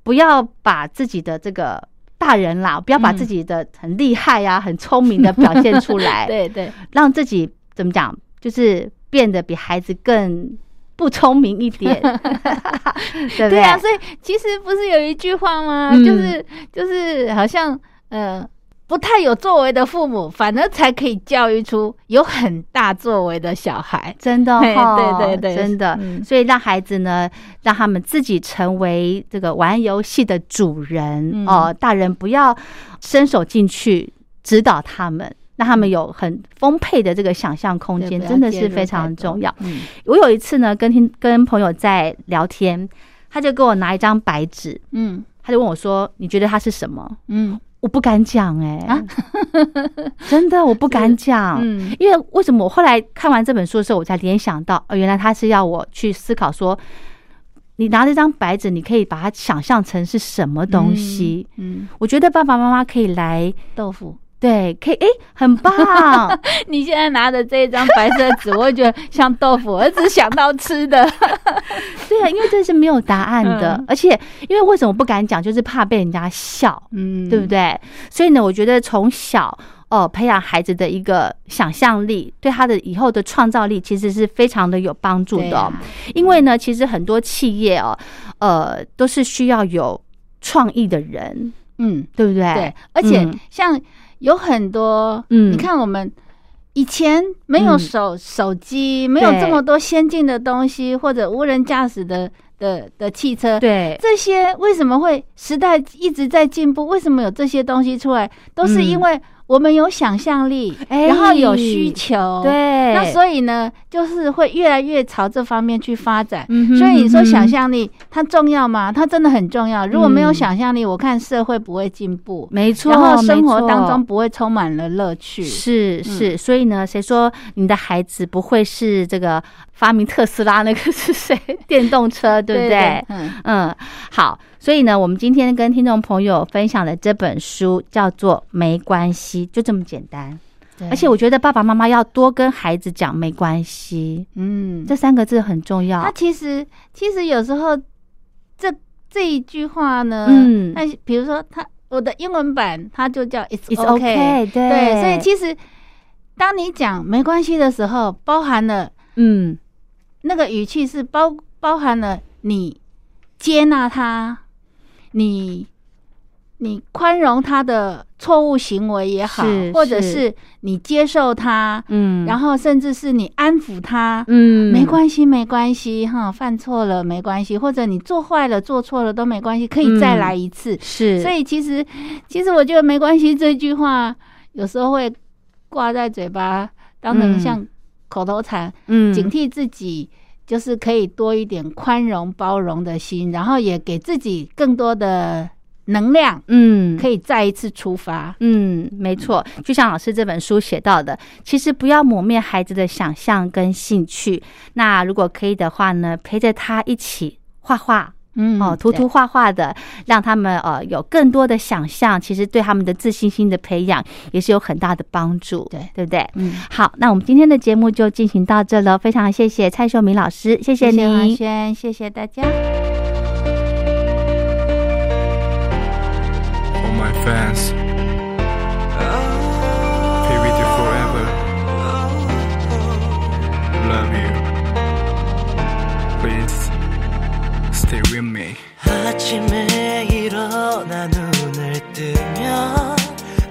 Speaker 3: 不要把自己的这个大人啦，不要把
Speaker 4: 嗯
Speaker 3: 自己的很厉害呀、很聪明的表现出 来，
Speaker 4: 对对
Speaker 3: 让自己怎么讲，就是变得比孩子更不聪明一点，对不
Speaker 4: 对
Speaker 3: 对
Speaker 4: 啊！所以其实不是有一句话吗？
Speaker 3: 嗯
Speaker 4: 就是就是好像呃。不太有作为的父母，反而才可以教育出有很大作为的小孩。
Speaker 3: 真的
Speaker 4: 嘿
Speaker 3: 哈、
Speaker 4: 对对对
Speaker 3: 真的、
Speaker 4: 嗯
Speaker 3: 所以让孩子呢，让他们自己成为这个玩游戏的主人
Speaker 4: 嗯
Speaker 3: 哦、大人不要伸手进去指导他们。让他们有很丰沛的这个想象空
Speaker 4: 对
Speaker 3: 间，
Speaker 4: 不要
Speaker 3: 真的
Speaker 4: 介
Speaker 3: 是
Speaker 4: 入太
Speaker 3: 非常
Speaker 4: 多
Speaker 3: 重要。
Speaker 4: 嗯，
Speaker 3: 我有一次呢，跟听跟朋友在聊天，他就给我拿一张白纸，
Speaker 4: 嗯
Speaker 3: 他就问我说：“你觉得它是什么
Speaker 4: 嗯？”
Speaker 3: 我不敢讲哎、
Speaker 4: 啊
Speaker 3: 真的我不敢讲。
Speaker 4: 嗯
Speaker 3: 因为为什么我后来看完这本书的时候，我才联想到，哦，原来他是要我去思考说，你拿这张白纸，你可以把它想象成是什么东西。
Speaker 4: 嗯，
Speaker 3: 我觉得爸爸妈妈可以来，
Speaker 4: 豆腐。
Speaker 3: 对，可以，诶，很棒，
Speaker 4: 你现在拿的这一张白色纸，我会觉得像豆腐，我只想到吃的。
Speaker 3: 对啊，因为这是没有答案的，
Speaker 4: 嗯
Speaker 3: 而且因为为什么不敢讲，就是怕被人家笑，
Speaker 4: 嗯
Speaker 3: 对不？对？所以呢，我觉得从小。哦，培养孩子的一个想象力，对他的以后的创造力其实是非常的有帮助
Speaker 4: 对
Speaker 3: 的哦、
Speaker 4: 啊
Speaker 3: 因为呢，其实很多企业哦，呃，都是需要有创意的人，
Speaker 4: 嗯，
Speaker 3: 对不对？
Speaker 4: 对。而且
Speaker 3: 嗯
Speaker 4: 像有很多，
Speaker 3: 嗯
Speaker 4: 你看我们以前没有
Speaker 3: 嗯
Speaker 4: 手手机，没有
Speaker 3: 对
Speaker 4: 这么多先进的东西，或者无人驾驶的的的汽车，
Speaker 3: 对
Speaker 4: 这些为什么会时代一直在进步？为什么有这些东西出来？都是因
Speaker 3: 嗯
Speaker 4: 为我们有想象力，
Speaker 3: 哎
Speaker 4: 然后有需求，哦
Speaker 3: 对
Speaker 4: 那所以呢，就是会越来越朝这方面去发展。
Speaker 3: 嗯哼
Speaker 4: 所以你说
Speaker 3: 嗯哼
Speaker 4: 想象力它重要吗？它真的很重要。如果没有
Speaker 3: 嗯
Speaker 4: 想象力，我看社会不会进步，
Speaker 3: 没错，
Speaker 4: 然后生
Speaker 3: 没
Speaker 4: 活
Speaker 3: 错
Speaker 4: 当中嗯不会充满了乐趣。
Speaker 3: 是是，所以呢，谁说你的孩子不会是这个发明特斯拉那个是谁？ 电动车，对不
Speaker 4: 对
Speaker 3: 对？
Speaker 4: 对嗯
Speaker 3: 嗯，好，所以呢，我们今天跟听众朋友分享的这本书叫做《没关系》，就这么简单。
Speaker 4: 嗯对
Speaker 3: 而且我觉得爸爸妈妈要多跟孩子讲“没关系”
Speaker 4: 嗯，
Speaker 3: 这三个字很重
Speaker 4: 它
Speaker 3: 要。
Speaker 4: 其实其实有时候这这一句话呢，
Speaker 3: 嗯
Speaker 4: 那比如说它我的英文版它就叫 It's
Speaker 3: It's OK，对
Speaker 4: 对，所以其实当你讲没关系的时候，包含了。
Speaker 3: 嗯，
Speaker 4: 那个语气是包包含了你接纳他，你你宽容他的错误行为也好
Speaker 3: 是，
Speaker 4: 或者
Speaker 3: 是
Speaker 4: 是你接受他，
Speaker 3: 嗯，
Speaker 4: 然
Speaker 3: 后
Speaker 4: 后甚至是你安抚他，
Speaker 3: 嗯，
Speaker 4: 没关系，没关系，哈，犯错了没关系，或者你做坏了、做错了都没关系，可以再
Speaker 3: 嗯
Speaker 4: 来一次。
Speaker 3: 是，
Speaker 4: 所以其实，其实我觉得没关系这句话有时候会挂在嘴巴，当成
Speaker 3: 嗯
Speaker 4: 像口头禅，
Speaker 3: 嗯
Speaker 4: 警惕自己，就是可以多一点宽容、包容的心，然后也给自己更多的能量，
Speaker 3: 嗯，
Speaker 4: 可以再一次出发。
Speaker 3: 嗯，没错，就像老师这本书写到的，其实不要抹灭孩子的想象跟兴趣。那如果可以的话呢，陪着他一起画画。
Speaker 4: 嗯
Speaker 3: 哦，涂涂画画的，让他们呃有更多的想象，其实对他们的自信心的培养也是有很大的帮助，
Speaker 4: 对
Speaker 3: 对不对？
Speaker 4: 嗯，
Speaker 3: 好，那我们今天的节目就进行到这了，非常谢谢蔡秀明老师，谢
Speaker 4: 谢
Speaker 3: 您，
Speaker 4: 谢黄轩，谢谢大家。
Speaker 8: all my fans. Be with you forever. Love you. Please stay with me.
Speaker 5: 아침에 일어나 눈을 뜨면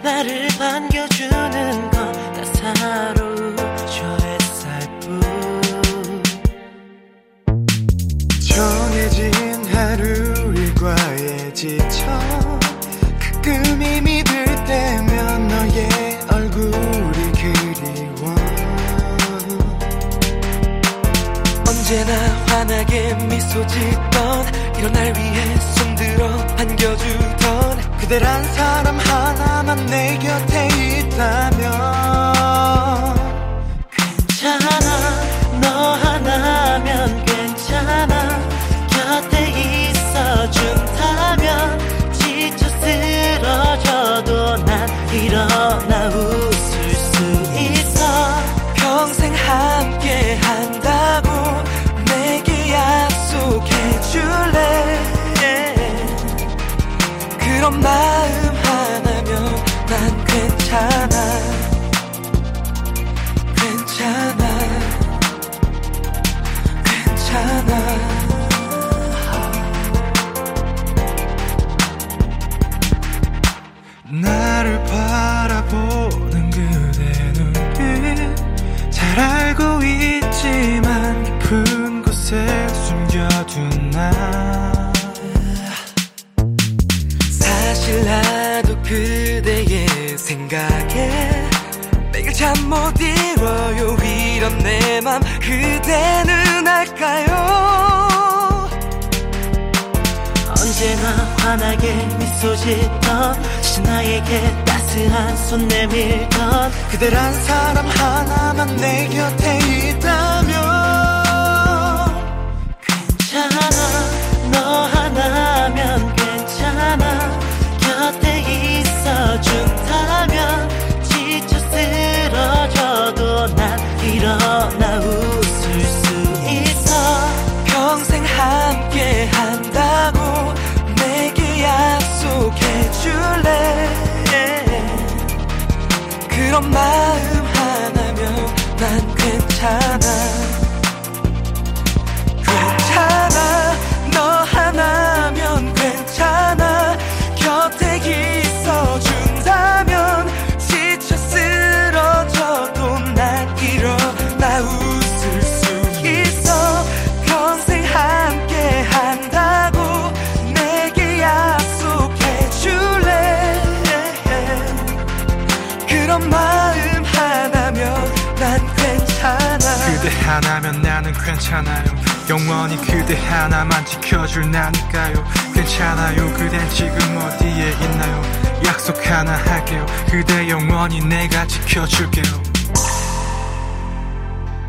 Speaker 5: 나를 반겨주는 건 따사로운 저 햇살뿐 정해진 하루 일과에 지쳐 가끔 힘이 들 때면 너의 얼굴이 그리워 언제나 환하게 미소 짓던 이런 날 위해 손들어 반겨주던 그대란 사람 하나만 내 곁에 있다면 괜찮아 너 하나면 괜찮아 곁에 있어준다면 지쳐 쓰러져도 난 일어나 웃을 수 있어 평생 함께 한다고 내게 약속해 줄래 그런 마음 하나면 난 괜찮아 괜찮아 괜찮아 나를 바라보는 그대 눈빛 잘 알고 있지만 깊은 곳에 숨겨둔 나 사실 나도 그대의 생각에 매일 잠 못 이뤄요 이런 내 맘 그대는 알까요 언제나 환하게 미소 짓던 신나에게 따스한 손 내밀던 그대란 사람 하나만 내 곁에 있다면 괜찮아 너 하나면 괜찮아 곁에 있어준다면 지쳐 쓰러져도 난 일어나 웃을 수 있어 평생 함께 한다고 내게 약속해 줄래 그런 마음 하나면 난 괜찮아 괜찮아 너 하나면 괜찮아 곁에 있어준다면 지쳐 쓰러져도 날 일어나 웃을 수 있어 평생 함께 한다고 내게 약속해 줄래 그런 마음 하나면 난 괜찮아
Speaker 8: 그대 하나면 나는 괜찮아요. 영원히 그대 하나만 지켜줄 나니까요. 괜찮아요. 그댄 지금 어디에 있나요? 약속 하나 할게요. 그대 영원히 내가 지켜줄게요.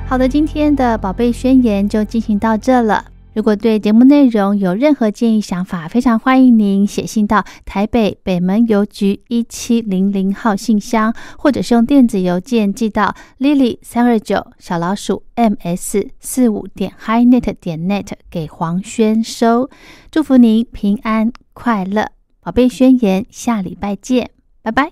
Speaker 3: 好的，今天的宝贝宣言就进行到这了。如果对节目内容有任何建议、想法，非常欢迎您写信到台北北门邮局一七零零号信箱，或者是用电子邮件寄到 lily 三二九小老鼠 ms 四五点 highnet 点 net 给黄轩收。祝福您平安快乐，宝贝宣言，下礼拜见，拜拜。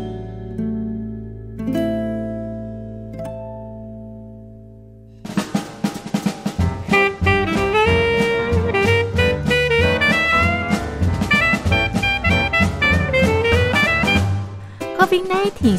Speaker 9: COVID-19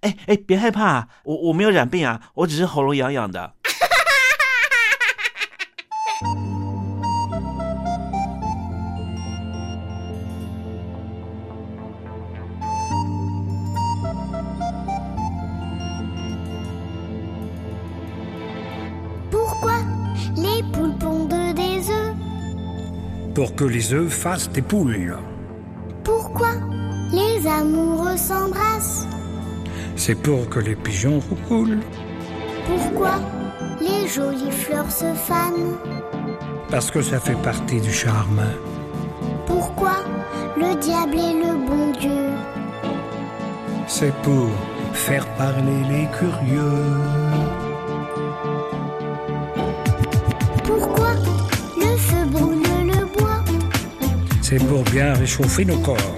Speaker 10: 哎哎，别害怕，我我没有染病啊，我只是喉咙痒痒的。
Speaker 2: Pourquoi les poules pondent des œufs
Speaker 11: Pour que les œufs fassent des poules.
Speaker 2: Pourquoi les amoureux s'embrassent
Speaker 11: C'est pour que les pigeons roucoulent.
Speaker 2: Pourquoi les jolies fleurs se fanent
Speaker 11: Parce que ça fait partie du charme.
Speaker 2: Pourquoi le diable est le bon Dieu
Speaker 11: C'est pour faire parler les curieux.
Speaker 2: Pourquoi le feu brûle le bois
Speaker 11: C'est pour bien réchauffer nos corps.